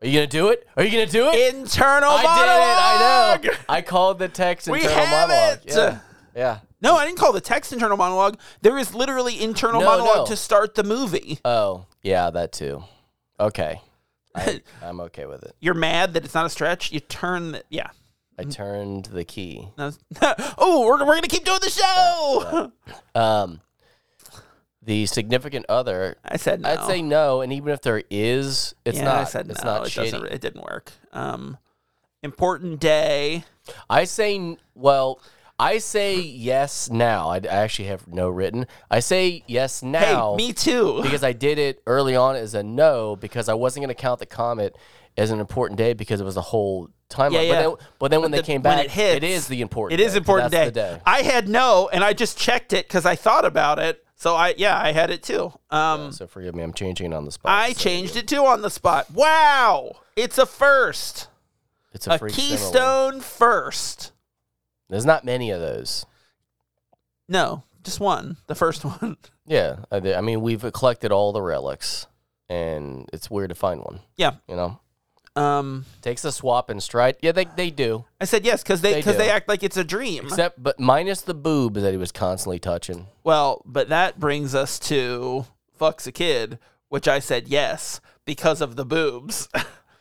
Speaker 2: Are you gonna do it? Are you gonna do it?
Speaker 1: Internal
Speaker 2: I
Speaker 1: monologue.
Speaker 2: did it. I know. I called the text
Speaker 1: We
Speaker 2: internal
Speaker 1: have
Speaker 2: monologue.
Speaker 1: it.
Speaker 2: Yeah. Yeah.
Speaker 1: No, I didn't call the text internal monologue. There is literally internal
Speaker 2: No,
Speaker 1: monologue
Speaker 2: no.
Speaker 1: to start the movie.
Speaker 2: Oh yeah, that too. Okay. I, I'm okay with it.
Speaker 1: You're mad that it's not a stretch. You turn. The, yeah.
Speaker 2: I turned the key.
Speaker 1: No, it's- oh, we're, we're gonna keep doing the show.
Speaker 2: Um, the significant other
Speaker 1: I said no.
Speaker 2: I'd say no, and even if there is, it's
Speaker 1: yeah,
Speaker 2: not.
Speaker 1: I said
Speaker 2: it's
Speaker 1: no.
Speaker 2: not
Speaker 1: it
Speaker 2: shitty.
Speaker 1: doesn't. It didn't work. Um, important day.
Speaker 2: I say n- well. I say yes now. I, I actually have no written. I say yes
Speaker 1: Hey,
Speaker 2: now
Speaker 1: me too.
Speaker 2: because I did it early on as a no because I wasn't going to count the comet as an important day because it was a whole timeline.
Speaker 1: Yeah, yeah.
Speaker 2: But then, but then when
Speaker 1: But
Speaker 2: they
Speaker 1: the-
Speaker 2: came
Speaker 1: when
Speaker 2: back,
Speaker 1: it hits,
Speaker 2: it is the important.
Speaker 1: It is
Speaker 2: day.
Speaker 1: important
Speaker 2: That's
Speaker 1: day.
Speaker 2: The day.
Speaker 1: I had no, and I just checked it because I thought about it. So I yeah, I had it too. Um,
Speaker 2: so forgive me. I'm changing it on the spot.
Speaker 1: I
Speaker 2: so
Speaker 1: changed it too on the spot. Wow, it's a first,
Speaker 2: It's
Speaker 1: a,
Speaker 2: a, freak simile.
Speaker 1: keystone first.
Speaker 2: There's not many of those.
Speaker 1: No, just one, the first one.
Speaker 2: Yeah, I, I mean we've collected all the relics, and it's weird to find one.
Speaker 1: yeah.
Speaker 2: You know.
Speaker 1: Um,
Speaker 2: Takes a swap and stride. Yeah, they, they do.
Speaker 1: I said yes because they
Speaker 2: They
Speaker 1: because
Speaker 2: do.
Speaker 1: they, act like it's a dream.
Speaker 2: Except, but minus the boob that he was constantly touching.
Speaker 1: well, but that brings us to fucks a kid, which I said yes because of the boobs.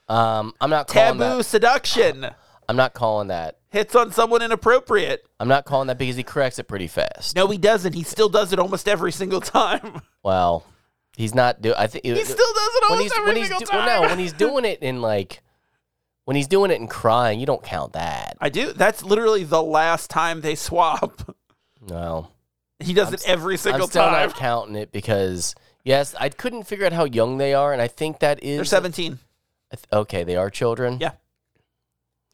Speaker 2: Um, I'm not calling
Speaker 1: Taboo
Speaker 2: that.
Speaker 1: seduction
Speaker 2: I'm not calling that.
Speaker 1: hits on someone inappropriate.
Speaker 2: I'm not calling that because he corrects it pretty fast.
Speaker 1: No, he doesn't. He still does it almost every single time.
Speaker 2: Well, he's not do. I think
Speaker 1: He still does it almost
Speaker 2: when he's
Speaker 1: every
Speaker 2: when he's
Speaker 1: single
Speaker 2: do,
Speaker 1: time.
Speaker 2: well, no when he's doing it in like when he's doing it and crying, you don't count that.
Speaker 1: I do. That's literally the last time they swap.
Speaker 2: No,
Speaker 1: He does it every
Speaker 2: I'm
Speaker 1: single
Speaker 2: still
Speaker 1: time.
Speaker 2: not counting it because yes, I couldn't figure out how young they are, and I think that is
Speaker 1: They're 17.
Speaker 2: I th- Okay, they are children.
Speaker 1: Yeah.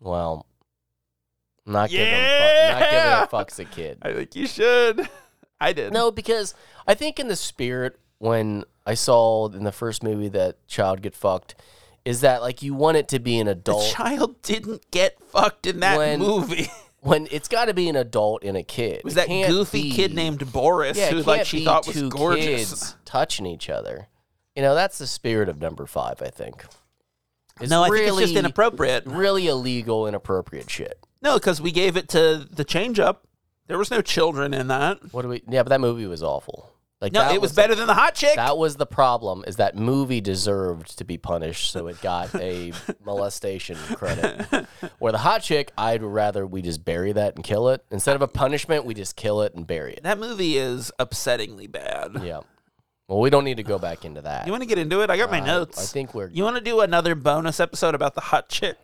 Speaker 2: Well, I'm not
Speaker 1: Yeah!
Speaker 2: giving a fuck, not giving a fucks a kid.
Speaker 1: I think you should. I did.
Speaker 2: No, because I think in the spirit when I saw in the first movie that child get fucked, is that like you want it to be an
Speaker 1: the
Speaker 2: adult
Speaker 1: child didn't get fucked in that
Speaker 2: When-
Speaker 1: movie.
Speaker 2: when it's got to be an adult and a kid.
Speaker 1: was
Speaker 2: It
Speaker 1: that
Speaker 2: can't
Speaker 1: goofy
Speaker 2: be-
Speaker 1: kid named Boris
Speaker 2: Yeah, it
Speaker 1: who like
Speaker 2: can't
Speaker 1: she
Speaker 2: be
Speaker 1: thought was
Speaker 2: two
Speaker 1: gorgeous?
Speaker 2: kids touching each other. You know, that's the spirit of number five. I think. It's
Speaker 1: no, I
Speaker 2: really,
Speaker 1: think it's just inappropriate.
Speaker 2: Really illegal, inappropriate shit.
Speaker 1: No, because we gave it to the change up. There was no children in that.
Speaker 2: What do we? Yeah, but that movie was awful. Like
Speaker 1: No,
Speaker 2: that
Speaker 1: it was, better than the hot chick.
Speaker 2: That was the problem. Is that movie deserved to be punished, so it got a molestation credit. Where the hot chick, I'd rather we just bury that and kill it instead of a punishment. We just kill it and bury it.
Speaker 1: that movie is upsettingly bad.
Speaker 2: Yeah. Well, we don't need to go back into that.
Speaker 1: You want to get into it? I got my notes.
Speaker 2: Uh, I think we're
Speaker 1: You want to do another bonus episode about the hot chick?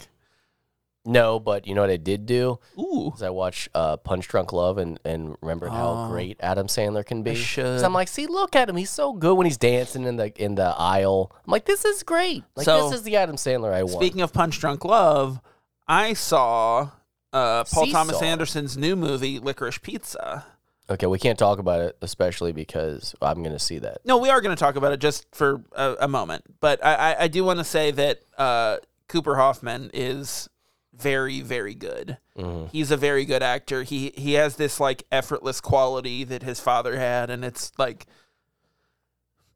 Speaker 2: no, but you know what I did do
Speaker 1: Ooh.
Speaker 2: is I watched uh, Punch Drunk Love and and remembered how great Adam Sandler can be. 'Cause
Speaker 1: Oh. should.
Speaker 2: I'm like, see, look at him. He's so good when he's dancing in the in the aisle. I'm like, this is great. Like
Speaker 1: So-
Speaker 2: this is the Adam Sandler I want.
Speaker 1: Speaking of Punch Drunk Love, I saw uh, Paul Thomas
Speaker 2: Seesaw.
Speaker 1: Anderson's new movie, Licorice Pizza.
Speaker 2: Okay, we can't talk about it, especially because I'm going to see that.
Speaker 1: No, we are going to talk about it just for a, a moment, but I, I, I do want to say that uh, Cooper Hoffman is very, very good. He's a very good actor. He he has this like effortless quality that his father had, and it's like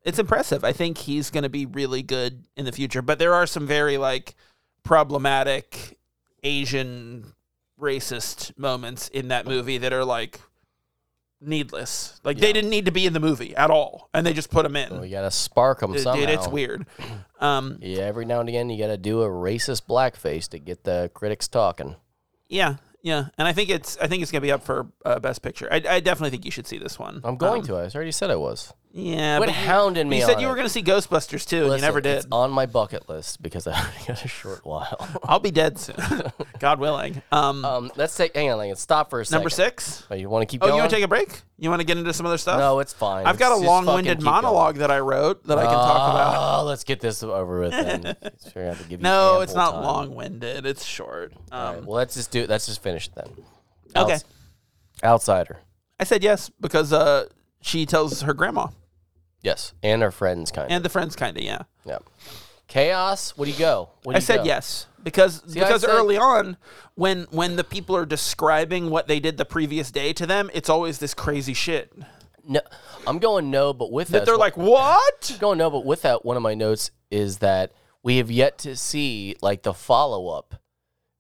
Speaker 1: it's impressive. I think he's going to be really good in the future, but there are some very like problematic Asian racist moments in that movie that are like needless. Like they didn't need to be in the movie at all, and they just put them in.
Speaker 2: We got to spark them
Speaker 1: Dude,
Speaker 2: somehow.
Speaker 1: Dude, it's weird. Um,
Speaker 2: Yeah, every now and again you got to do a racist blackface to get the critics talking.
Speaker 1: yeah, yeah, and I think it's I think it's gonna be up for uh, best picture. I, I definitely think you should see this one.
Speaker 2: I'm going
Speaker 1: Um,
Speaker 2: to. I already said I was.
Speaker 1: Yeah,
Speaker 2: Quit
Speaker 1: but you,
Speaker 2: hounding me.
Speaker 1: you said
Speaker 2: on
Speaker 1: you
Speaker 2: it.
Speaker 1: were gonna see Ghostbusters too, and you
Speaker 2: Listen,
Speaker 1: never did.
Speaker 2: It's on my bucket list because I already got a short while.
Speaker 1: I'll be dead soon, God willing. Um,
Speaker 2: Um, let's take. Hang on, let's stop for a second.
Speaker 1: number six.
Speaker 2: Oh, you want to keep
Speaker 1: Oh,
Speaker 2: going?
Speaker 1: you want to take a break? You want to get into some other stuff?
Speaker 2: no, it's fine.
Speaker 1: I've got a
Speaker 2: Let's just
Speaker 1: long-winded
Speaker 2: fucking keep going.
Speaker 1: monologue that I wrote that I can talk about.
Speaker 2: Oh, let's get this over with. Then. Sure, I have to give you
Speaker 1: No, it's
Speaker 2: ample
Speaker 1: not
Speaker 2: time.
Speaker 1: long-winded. It's short.
Speaker 2: All
Speaker 1: Um,
Speaker 2: right, well, let's just do. Let's just finish it then.
Speaker 1: Okay.
Speaker 2: Outs- outsider.
Speaker 1: I said yes because uh, she tells her grandma
Speaker 2: Yes, and our friends kind of.
Speaker 1: and the friends, kind of. Yeah.
Speaker 2: Yeah. Chaos. What do you go? What do
Speaker 1: I
Speaker 2: you
Speaker 1: said
Speaker 2: go?
Speaker 1: yes because
Speaker 2: I
Speaker 1: because
Speaker 2: said-
Speaker 1: early on when when the people are describing what they did the previous day to them, it's always this crazy shit.
Speaker 2: No, I'm going no, but with
Speaker 1: That
Speaker 2: us,
Speaker 1: they're like, "What?"
Speaker 2: I'm going no, but with that, one of my notes is that we have yet to see like the follow up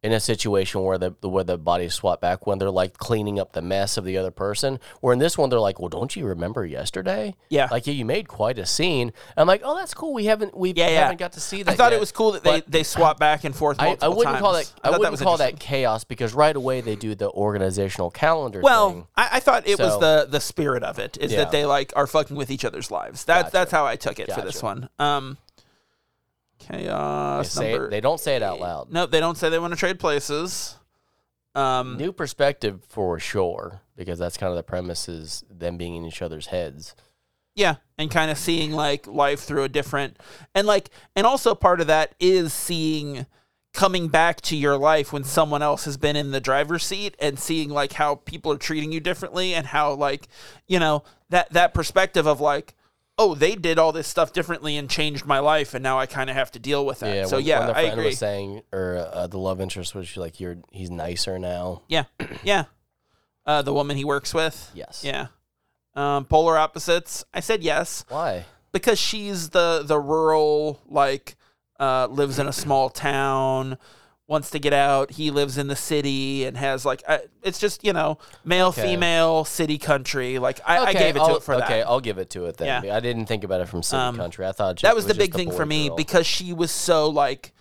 Speaker 2: in a situation where the where the bodies swap back when they're like cleaning up the mess of the other person. Where in this one, they're like, well, don't you remember yesterday?
Speaker 1: Yeah.
Speaker 2: like yeah, you made quite a scene. I'm like, oh, that's cool. We haven't we
Speaker 1: Yeah, yeah.
Speaker 2: haven't got to see that.
Speaker 1: I thought
Speaker 2: yet."
Speaker 1: it was cool that they
Speaker 2: But-
Speaker 1: they swap back and forth.
Speaker 2: I, I
Speaker 1: multiple
Speaker 2: wouldn't call
Speaker 1: times.
Speaker 2: that.
Speaker 1: I
Speaker 2: I,
Speaker 1: thought
Speaker 2: wouldn't
Speaker 1: was
Speaker 2: call
Speaker 1: interesting.
Speaker 2: that chaos because right away they do the organizational calendar. thing.
Speaker 1: Well, I, I thought it was
Speaker 2: So-
Speaker 1: the the spirit of it is
Speaker 2: Yeah.
Speaker 1: that they like are fucking with each other's lives. That's that's how I took it for this
Speaker 2: Gotcha.
Speaker 1: one. Um, chaos
Speaker 2: Say it-
Speaker 1: number.
Speaker 2: they don't say it out loud.
Speaker 1: no, they don't say they want to trade places. Um,
Speaker 2: New perspective for sure, because that's kind of the premise is them being in each other's heads.
Speaker 1: Yeah, and kind of seeing like life through a different and like and also part of that is seeing coming back to your life when someone else has been in the driver's seat and seeing like how people are treating you differently and how like you know that that perspective of like oh they did all this stuff differently and changed my life and now I kind of have to deal with that. so
Speaker 2: when,
Speaker 1: yeah,
Speaker 2: when the
Speaker 1: I
Speaker 2: friend
Speaker 1: agree.
Speaker 2: was saying, or uh, the love interest was like, "You're he's nicer now."
Speaker 1: yeah. Yeah. Uh, the woman he works with.
Speaker 2: Yes.
Speaker 1: Yeah. Um, polar opposites. I said yes.
Speaker 2: Why?
Speaker 1: because she's the the rural like uh lives in a small town wants to get out he lives in the city and has like uh, it's just you know male
Speaker 2: Okay.
Speaker 1: female city country like i, I
Speaker 2: Okay,
Speaker 1: gave it to
Speaker 2: I'll-
Speaker 1: it for
Speaker 2: okay,
Speaker 1: that
Speaker 2: I'll give it to it then.
Speaker 1: Yeah.
Speaker 2: I didn't think about it from city
Speaker 1: Um,
Speaker 2: country. I thought ju-
Speaker 1: that
Speaker 2: it
Speaker 1: was the
Speaker 2: just
Speaker 1: big thing for me
Speaker 2: boy-girl.
Speaker 1: because she was so like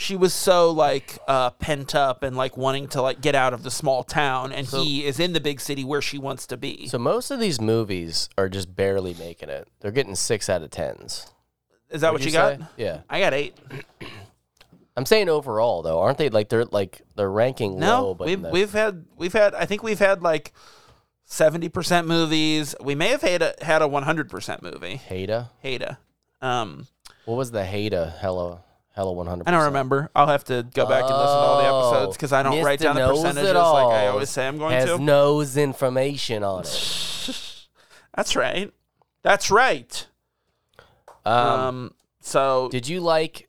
Speaker 1: she was so like uh, pent up and like wanting to like get out of the small town and he is in the big city where she wants to be
Speaker 2: so most of these movies are just barely making it. They're getting six out of tens.
Speaker 1: is that what
Speaker 2: Would
Speaker 1: you,
Speaker 2: say?
Speaker 1: got
Speaker 2: Yeah,
Speaker 1: i got eight
Speaker 2: I'm saying overall though, aren't they like they're like they're ranking
Speaker 1: No,
Speaker 2: low? But
Speaker 1: we've
Speaker 2: the-
Speaker 1: we've had we've had I think we've had like seventy percent movies. We may have had a had a one hundred percent movie.
Speaker 2: Hada.
Speaker 1: Hada. Um,
Speaker 2: What was the Hada? Hello, hello, one hundred.
Speaker 1: I don't remember. I'll have to go back and listen to all the
Speaker 2: Oh,
Speaker 1: episodes because I don't write down the percentages like I always say I'm going
Speaker 2: has
Speaker 1: to.
Speaker 2: knows information on it.
Speaker 1: That's right. That's right.
Speaker 2: Um,
Speaker 1: Um, so
Speaker 2: did you like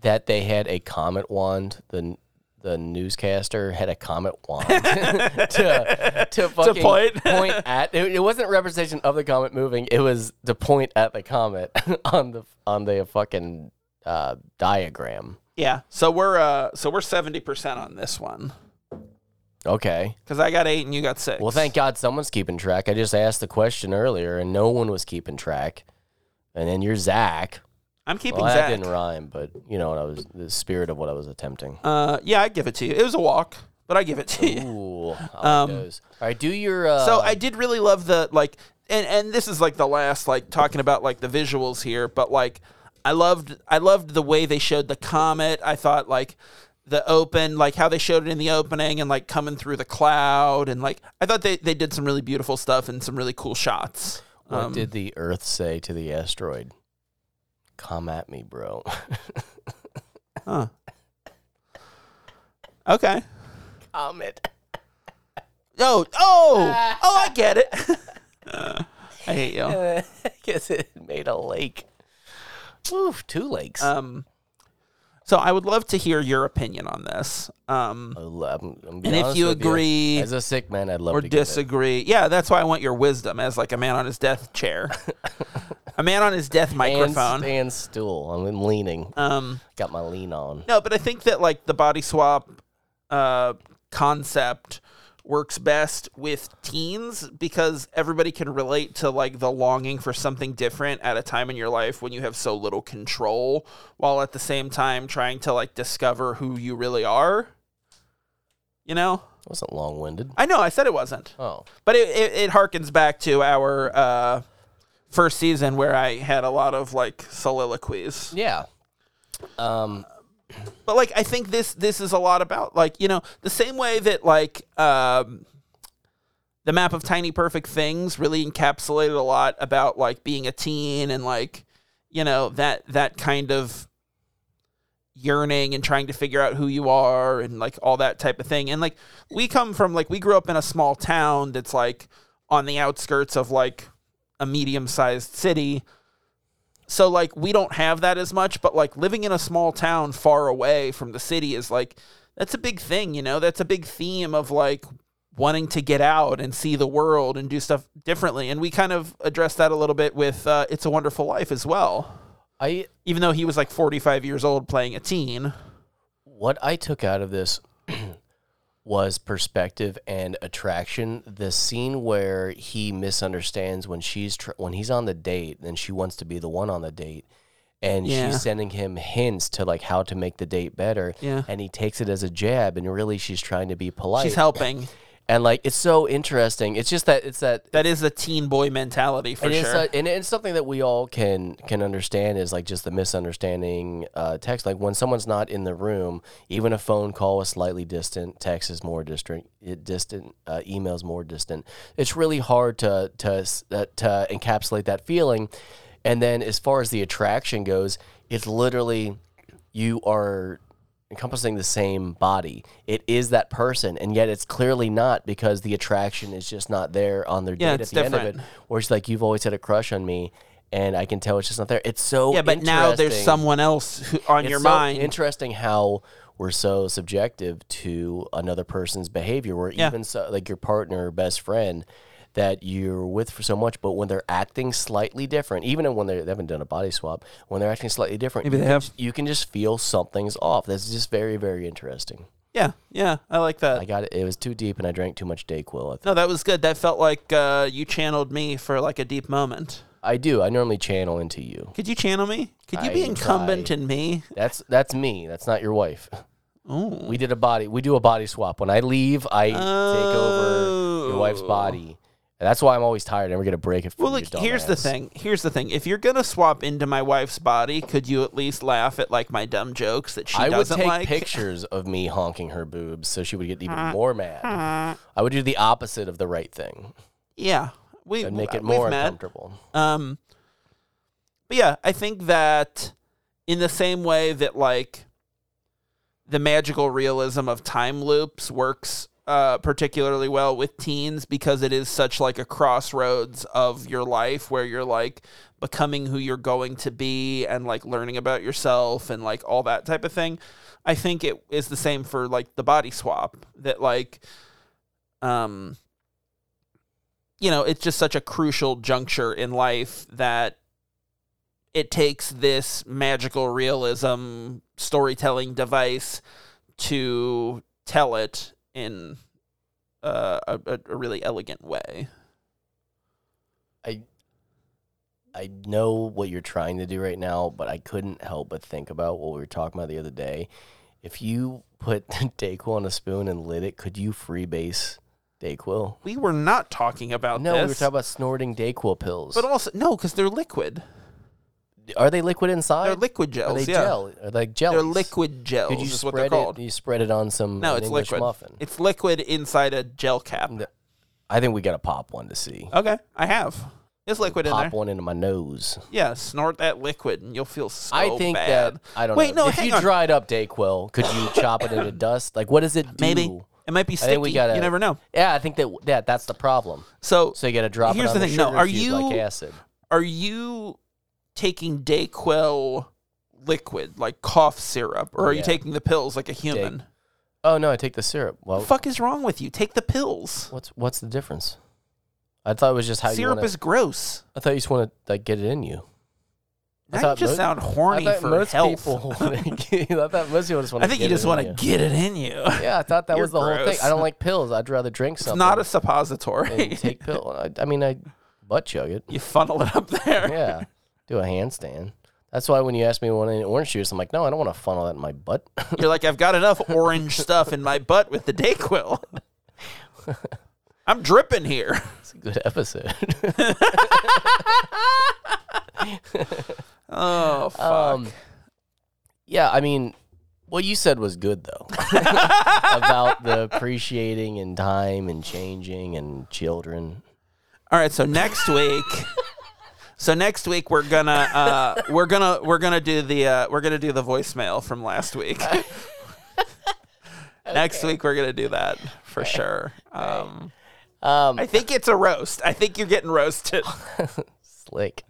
Speaker 2: that they had a comet wand? The the newscaster had a comet wand to to fucking
Speaker 1: point.
Speaker 2: point at. It, it wasn't representation of the comet moving. It was to point at the comet on the on the fucking uh, diagram.
Speaker 1: Yeah. So we're uh so we're seventy percent on this one
Speaker 2: Okay.
Speaker 1: because I got eight and you got six.
Speaker 2: Well, thank God someone's keeping track. I just asked the question earlier, and no one was keeping track. And then you're Zach.
Speaker 1: I'm keeping
Speaker 2: Well, that
Speaker 1: Zach.
Speaker 2: didn't rhyme, but you know what I was the spirit of what I was attempting.
Speaker 1: Uh, yeah, I give it to you. It was a walk, but I give it to you.
Speaker 2: Ooh, I like those. All right, do your uh,
Speaker 1: Um, So I did really love the like, and and this is like the last like talking about like the visuals here, but like I loved I loved the way they showed the comet. I thought like the open like how they showed it in the opening and like coming through the cloud and like I thought they they did some really beautiful stuff and some really cool shots. Um,
Speaker 2: what did the Earth say to the asteroid? Come at me, bro.
Speaker 1: Huh. Okay. Um,
Speaker 2: Comet.
Speaker 1: Oh, oh, oh! I get it. I hate you.
Speaker 2: I guess it made a lake. Oof, two lakes.
Speaker 1: Um, so I would love to hear your opinion on this. Um,
Speaker 2: I lo- I'm- I'm be
Speaker 1: and if
Speaker 2: honest
Speaker 1: you
Speaker 2: with
Speaker 1: agree
Speaker 2: as a sick man, I'd love
Speaker 1: or
Speaker 2: to get it.
Speaker 1: disagree, yeah, that's why I want your wisdom as like a man on his death chair, a man on his death
Speaker 2: And
Speaker 1: microphone.
Speaker 2: stand still. I'm leaning.
Speaker 1: Um,
Speaker 2: Got my lean on.
Speaker 1: no, but I think that like the body swap uh, concept works best with teens because everybody can relate to like the longing for something different at a time in your life when you have so little control while at the same time trying to like discover who you really are. You know?
Speaker 2: I wasn't long winded.
Speaker 1: I know, I said it wasn't.
Speaker 2: Oh,
Speaker 1: But it, it, it harkens back to our uh, first season where I had a lot of like soliloquies.
Speaker 2: yeah. Um,
Speaker 1: But like I think this this is a lot about like, you know, the same way that like um the map of tiny perfect things really encapsulated a lot about like being a teen and like, you know, that that kind of yearning and trying to figure out who you are and like all that type of thing. And like we come from like we grew up in a small town that's like on the outskirts of like a medium-sized city. So like we don't have that as much, but like living in a small town far away from the city is like that's a big thing, you know? That's a big theme of like wanting to get out and see the world and do stuff differently. And we kind of addressed that a little bit with uh, It's a Wonderful Life as well.
Speaker 2: I
Speaker 1: Even though he was like 45 years old playing a teen.
Speaker 2: what I took out of this was perspective and attraction. The scene where he misunderstands when she's tr- when he's on the date and she wants to be the one on the date, and
Speaker 1: Yeah.
Speaker 2: she's sending him hints to like how to make the date better.
Speaker 1: Yeah.
Speaker 2: and he takes it as a jab, and really she's trying to be polite.
Speaker 1: She's helping.
Speaker 2: and like it's so interesting. It's just that it's that
Speaker 1: That is the teen boy mentality for
Speaker 2: and
Speaker 1: sure.
Speaker 2: it's, uh, and it's something that we all can can understand is like just the misunderstanding uh, text. Like when someone's not in the room, even a phone call is slightly distant. Text is more distant. It distant. Uh, emails more distant. It's really hard to to s- uh, to encapsulate that feeling. And then as far as the attraction goes, it's literally you are encompassing the same body. It is that person, and yet it's clearly not because the attraction is just not there on their
Speaker 1: Yeah,
Speaker 2: date
Speaker 1: it's
Speaker 2: at the end of
Speaker 1: different.
Speaker 2: it. Where it's like you've always had a crush on me, and I can tell it's just not there. It's so
Speaker 1: yeah, but now there's
Speaker 2: interesting.
Speaker 1: someone else who, on
Speaker 2: It's
Speaker 1: your
Speaker 2: so
Speaker 1: mind.
Speaker 2: Interesting how we're so subjective to another person's behavior, or even so, like your partner or best friend that you're with for so much, but when they're acting slightly different, even when they're, they haven't done a body swap, when they're acting slightly different,
Speaker 1: Maybe
Speaker 2: you
Speaker 1: they
Speaker 2: can
Speaker 1: have.
Speaker 2: just- you can just feel something's off. That's just very, very interesting.
Speaker 1: yeah, yeah, I like that.
Speaker 2: I got it. It was too deep, and I drank too much Dayquil. I, think.
Speaker 1: No, that was good. That felt like uh, you channeled me for like a deep moment.
Speaker 2: I do. I normally channel into you.
Speaker 1: Could you channel me? Could you be
Speaker 2: I
Speaker 1: incumbent
Speaker 2: try.
Speaker 1: in me?
Speaker 2: That's that's me. That's not your wife.
Speaker 1: Oh,
Speaker 2: We did a body. We do a body swap. When I leave, I take over your wife's
Speaker 1: Oh.
Speaker 2: body. And that's why I'm always tired. I never get a break. If
Speaker 1: Well, look. Here's the thing. Here's the thing. If you're gonna swap into my wife's body, could you at least laugh at like my dumb jokes that she
Speaker 2: I would
Speaker 1: doesn't
Speaker 2: take
Speaker 1: like? Uh-huh.
Speaker 2: pictures of me honking her boobs so she would get even more mad. I would do the opposite of the right thing
Speaker 1: Yeah, we
Speaker 2: and make it
Speaker 1: we've
Speaker 2: more
Speaker 1: met.
Speaker 2: uncomfortable.
Speaker 1: Um, but yeah, I think that in the same way that like the magical realism of time loops works uh, particularly well with teens because it is such like a crossroads of your life where you're like becoming who you're going to be and like learning about yourself and like all that type of thing. I think it is the same for like the body swap that like um you know, it's just such a crucial juncture in life that it takes this magical realism storytelling device to tell it in uh, a, a- a really elegant way.
Speaker 2: I I know what you're trying to do right now, but I couldn't help but think about what we were talking about the other day. If you put Dayquil on a spoon and lit it, could you freebase Dayquil?
Speaker 1: We were not talking about
Speaker 2: No,
Speaker 1: this,
Speaker 2: we were talking about snorting Dayquil pills.
Speaker 1: but also no, because they're liquid.
Speaker 2: are they liquid inside?
Speaker 1: They're liquid
Speaker 2: Are
Speaker 1: gels.
Speaker 2: they
Speaker 1: yeah,
Speaker 2: gel? Are they like jellies?
Speaker 1: they're liquid gels.
Speaker 2: Could you
Speaker 1: is what
Speaker 2: spread
Speaker 1: they're called.
Speaker 2: it? You spread it on some
Speaker 1: no,
Speaker 2: an
Speaker 1: it's
Speaker 2: English
Speaker 1: liquid.
Speaker 2: muffin.
Speaker 1: It's liquid inside a gel cap.
Speaker 2: I think we got to pop one to see.
Speaker 1: Okay, I have. It's liquid in
Speaker 2: pop
Speaker 1: there.
Speaker 2: one into my nose.
Speaker 1: Yeah, snort that liquid and you'll feel so
Speaker 2: I think
Speaker 1: bad.
Speaker 2: that I don't
Speaker 1: Wait,
Speaker 2: know.
Speaker 1: no,
Speaker 2: if
Speaker 1: hang
Speaker 2: you
Speaker 1: on.
Speaker 2: dried up Dayquil, could you chop it into dust? Like, what does it do?
Speaker 1: Maybe it might be
Speaker 2: I
Speaker 1: sticky.
Speaker 2: think we gotta-
Speaker 1: you never know.
Speaker 2: Yeah, I think that yeah, that's the problem.
Speaker 1: So,
Speaker 2: So you got to drop
Speaker 1: Here's
Speaker 2: it on
Speaker 1: the thing,
Speaker 2: the
Speaker 1: no, are
Speaker 2: sugar-fused
Speaker 1: you-
Speaker 2: lactic acid?
Speaker 1: are you taking Dayquil liquid, like cough syrup, or are you
Speaker 2: Yeah.
Speaker 1: taking the pills like a human?
Speaker 2: Oh no, I take the syrup.
Speaker 1: The
Speaker 2: Well,
Speaker 1: fuck is wrong with you? Take the pills.
Speaker 2: what's what's the difference? I thought it was just how you
Speaker 1: syrup
Speaker 2: wanna,
Speaker 1: is gross.
Speaker 2: I thought you just want to like get it in you. I
Speaker 1: Now you
Speaker 2: thought
Speaker 1: just
Speaker 2: mo-
Speaker 1: sound
Speaker 2: I
Speaker 1: horny
Speaker 2: thought
Speaker 1: for
Speaker 2: most
Speaker 1: health.
Speaker 2: people. wanna get- I thought most people just want.
Speaker 1: I think you just want
Speaker 2: want
Speaker 1: to get it in you.
Speaker 2: Yeah, I thought that
Speaker 1: You're
Speaker 2: was the whole thing.
Speaker 1: gross.
Speaker 2: I don't like pills. I'd rather drink
Speaker 1: It's
Speaker 2: something.
Speaker 1: not a
Speaker 2: and
Speaker 1: suppository.
Speaker 2: take pill. I, I mean, I butt chug it.
Speaker 1: you funnel it up there.
Speaker 2: Yeah, do a handstand. That's why when you asked me to want any orange juice, I'm like, no, I don't want to funnel that in my butt.
Speaker 1: You're like, I've got enough orange stuff in my butt with the Dayquil. I'm dripping here.
Speaker 2: it's a good episode.
Speaker 1: Oh, fuck.
Speaker 2: Um, yeah, I mean, what you said was good though about the appreciating and time and changing and children.
Speaker 1: All right, so next week, so next week we're gonna uh, we're gonna we're gonna do the uh, we're gonna do the voicemail from last week. Next week we're gonna do that for sure. Um,
Speaker 2: Um,
Speaker 1: I think it's a roast. I think you're getting roasted.
Speaker 2: slick.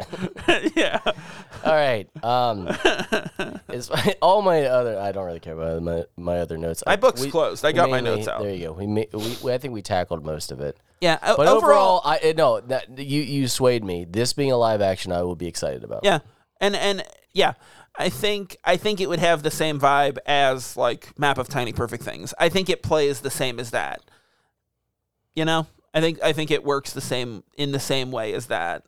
Speaker 1: yeah,
Speaker 2: All right. Um, it's all my other. I don't really care about my my other notes.
Speaker 1: my book's
Speaker 2: We-
Speaker 1: closed. I got my
Speaker 2: mainly-
Speaker 1: notes out.
Speaker 2: There you go. We, ma- we, we I think we tackled most of it.
Speaker 1: Yeah, o-
Speaker 2: But overall, I uh, no, that you you swayed me. This being a live action, I will be excited about.
Speaker 1: Yeah, and and yeah, I think I think it would have the same vibe as like Map of Tiny Perfect Things. I think it plays the same as that. You know, I think I think it works the same in the same way as that.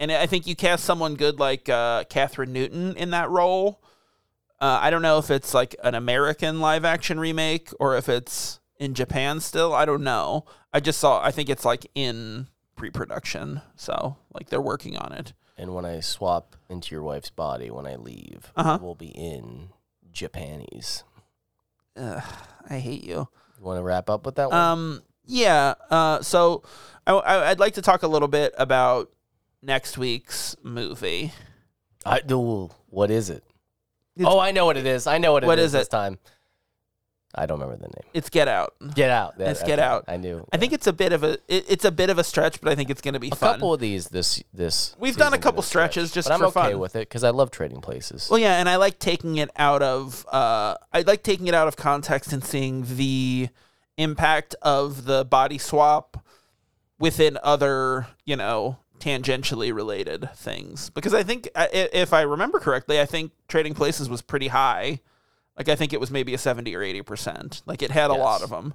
Speaker 1: And I think you cast someone good like uh, Catherine Newton in that role. Uh, I don't know if it's like an American live action remake or if it's in Japan still. I don't know. I just saw. I think it's like in pre-production, so like they're working on it.
Speaker 2: And when I swap into your wife's body when I leave,
Speaker 1: Uh-huh.
Speaker 2: I will be in Japanese.
Speaker 1: Ugh, I hate you.
Speaker 2: You want to wrap up with that one?
Speaker 1: Um, yeah. Uh, so I, I, I'd like to talk a little bit about next week's movie.
Speaker 2: I do. What is it?
Speaker 1: It's-
Speaker 2: Oh, I know what it is. I know what it is.
Speaker 1: What is
Speaker 2: this
Speaker 1: it?
Speaker 2: time? I don't remember the name.
Speaker 1: It's Get Out.
Speaker 2: Get out. That-
Speaker 1: It's Get
Speaker 2: okay,
Speaker 1: Out.
Speaker 2: I knew.
Speaker 1: I think it's a bit of a it, it's a bit of a stretch, but I think it's going to be
Speaker 2: a
Speaker 1: fun.
Speaker 2: couple of these this this.
Speaker 1: We've done a
Speaker 2: season's
Speaker 1: couple
Speaker 2: been stretch,
Speaker 1: stretches just
Speaker 2: but I'm
Speaker 1: for
Speaker 2: okay
Speaker 1: fun.
Speaker 2: with it because I love trading places.
Speaker 1: Well, yeah, and I like taking it out of uh, I like taking it out of context and seeing the impact of the body swap within other, you know, tangentially related things. Because I think, I- i- if I remember correctly, I think Trading Places was pretty high. Like I think it was maybe a seventy or eighty percent. Like it had a lot
Speaker 2: Yes.
Speaker 1: of them.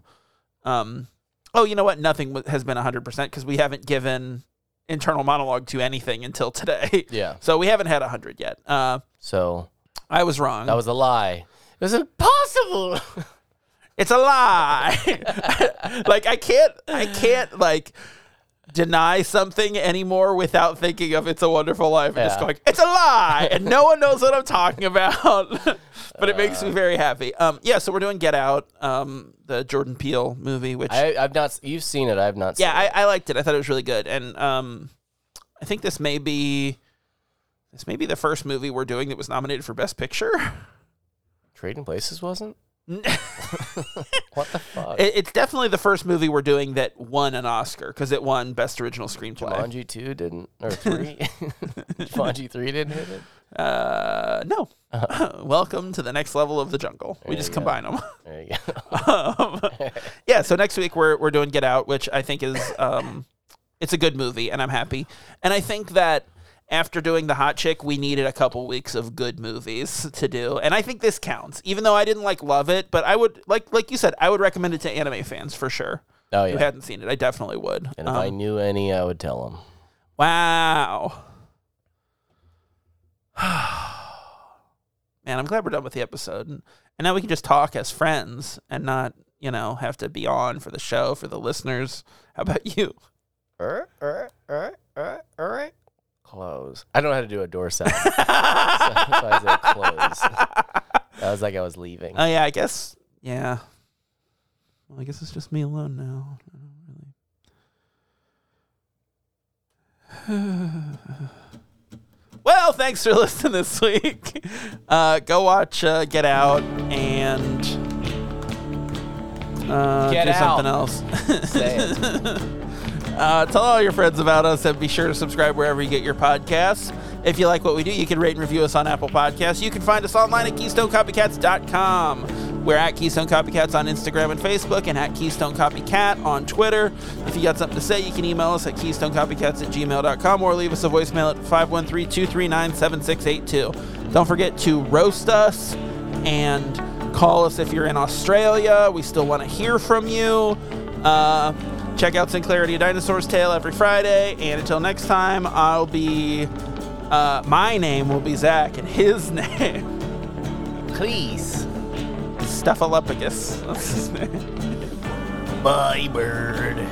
Speaker 1: Um, oh, you know what? Nothing wa- has been hundred percent because we haven't given internal monologue to anything until today.
Speaker 2: Yeah.
Speaker 1: So we haven't had a hundred yet. Uh,
Speaker 2: So
Speaker 1: I was wrong.
Speaker 2: that was a lie. It was impossible.
Speaker 1: it's a lie. like I can't I can't like deny something anymore without thinking of it's a wonderful life and just
Speaker 2: Yeah.
Speaker 1: going it's a lie and no one knows what I'm talking about. but it
Speaker 2: Uh.
Speaker 1: makes me very happy. Um yeah, so we're doing Get Out, um the Jordan Peele movie which
Speaker 2: I, I've not. s- You've seen it. I've not.
Speaker 1: yeah,
Speaker 2: seen it.
Speaker 1: I, I liked it. I thought it was really good, and um, I think this may be this may be the first movie we're doing that was nominated for Best Picture.
Speaker 2: Trading Places wasn't. What the fuck?
Speaker 1: It, it's definitely the first movie we're doing that won an Oscar because it won Best Original Screenplay.
Speaker 2: Jumanji two didn't or three. Jumanji three didn't hit it.
Speaker 1: Uh, no. Welcome to the next level of the jungle. we
Speaker 2: Uh-huh. There
Speaker 1: just
Speaker 2: you go.
Speaker 1: combine them.
Speaker 2: There you go.
Speaker 1: um, yeah, so next week we're we're doing Get Out, which I think is um, it's a good movie, and I'm happy. And I think that after doing the Hot Chick, we needed a couple weeks of good movies to do, and I think this counts. Even though I didn't like love it, but I would like like you said, I would recommend it to anime fans for sure.
Speaker 2: Oh
Speaker 1: Who
Speaker 2: yeah.
Speaker 1: hadn't seen it, I definitely would.
Speaker 2: And if
Speaker 1: Um,
Speaker 2: I knew any, I would tell them.
Speaker 1: Wow. Man, I'm glad we're done with the episode. And and now we can just talk as friends and not, you know, have to be on for the show, for the listeners. How about you?
Speaker 2: Er, er, er, er, er. Close. I don't know how to do a door sound. so, so I said close. That was like I was leaving.
Speaker 1: Oh, yeah, I guess. Yeah. Well, I guess it's just me alone now. I don't really. Well, thanks for listening this week. Uh, go watch uh, Get Out and uh,
Speaker 2: Get
Speaker 1: do something
Speaker 2: out.
Speaker 1: else.
Speaker 2: Say it.
Speaker 1: Uh, tell all your friends about us and be sure to subscribe wherever you get your podcasts. If you like what we do, you can rate and review us on Apple Podcasts. You can find us online at KeystoneCopycats.com. We're at Keystone Copycats on Instagram and Facebook and at Keystone Copycat on Twitter. If you got something to say, you can email us at KeystoneCopycats at gmail.com or leave us a voicemail at 513 239 7682. Don't forget to roast us and call us if you're in Australia. We still want to hear from you. Uh, check out Sinclarity A Dinosaur's Tale every Friday. And until next time, I'll be. Uh, my name will be Zach, and his name
Speaker 3: Please.
Speaker 1: is Stephalopicus. That's his name.
Speaker 3: Bye, bird.